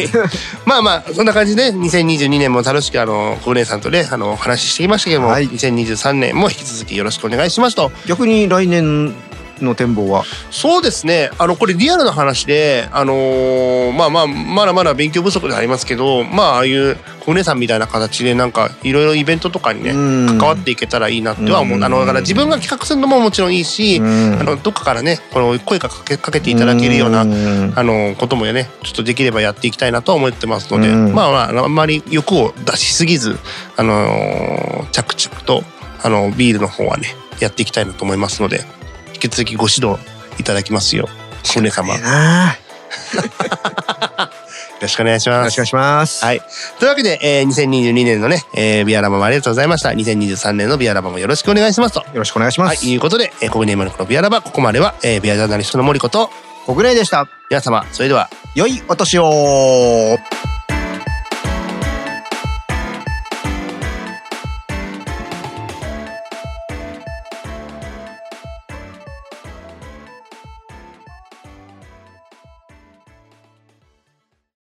Speaker 1: まあまあそんな感じで2022年も楽しくあの小林さんとねあのお話ししてきましたけども、
Speaker 2: はい
Speaker 1: 2023年も引き続きよろしくお願いしますと
Speaker 2: 逆に来年の展望は、
Speaker 1: そうですねあのこれリアルな話であのーまあまあまだまだ勉強不足ではありますけどまあああいう小姉さんみたいな形でなんかいろいろイベントとかにね
Speaker 2: 関
Speaker 1: 関わっていけたらいいなっては思う
Speaker 2: うん
Speaker 1: あのだから自分が企画するのももちろんいいしあ
Speaker 2: っ
Speaker 1: のどっかからねこの声がかけかけていただけるようなあのこともねちょっとできればやっていきたいなとは思ってますので、
Speaker 2: うん
Speaker 1: まあまああのあんまり欲を出しすぎず、あのー着々と、あのビールの方はねやっていきたいなと思いますので引き続きご指導いただきますよお姉様よ
Speaker 2: な
Speaker 1: ろしくお願いし
Speaker 2: よ
Speaker 1: ま
Speaker 2: ろしく
Speaker 1: す
Speaker 2: お願い。します。
Speaker 1: はい。というわけで、えー2022年のね、えービアラバもありがとうございました。2023年のビアラバもよろしくお願いしますと。
Speaker 2: よろしくお願いしま
Speaker 1: はい。
Speaker 2: す。
Speaker 1: いうことで、えー、国内マルコのビアラバ、ここまでは、えービアジャーナリストの森子と、
Speaker 2: 国内でした。
Speaker 1: 皆様、それでは、
Speaker 2: 良いお年を。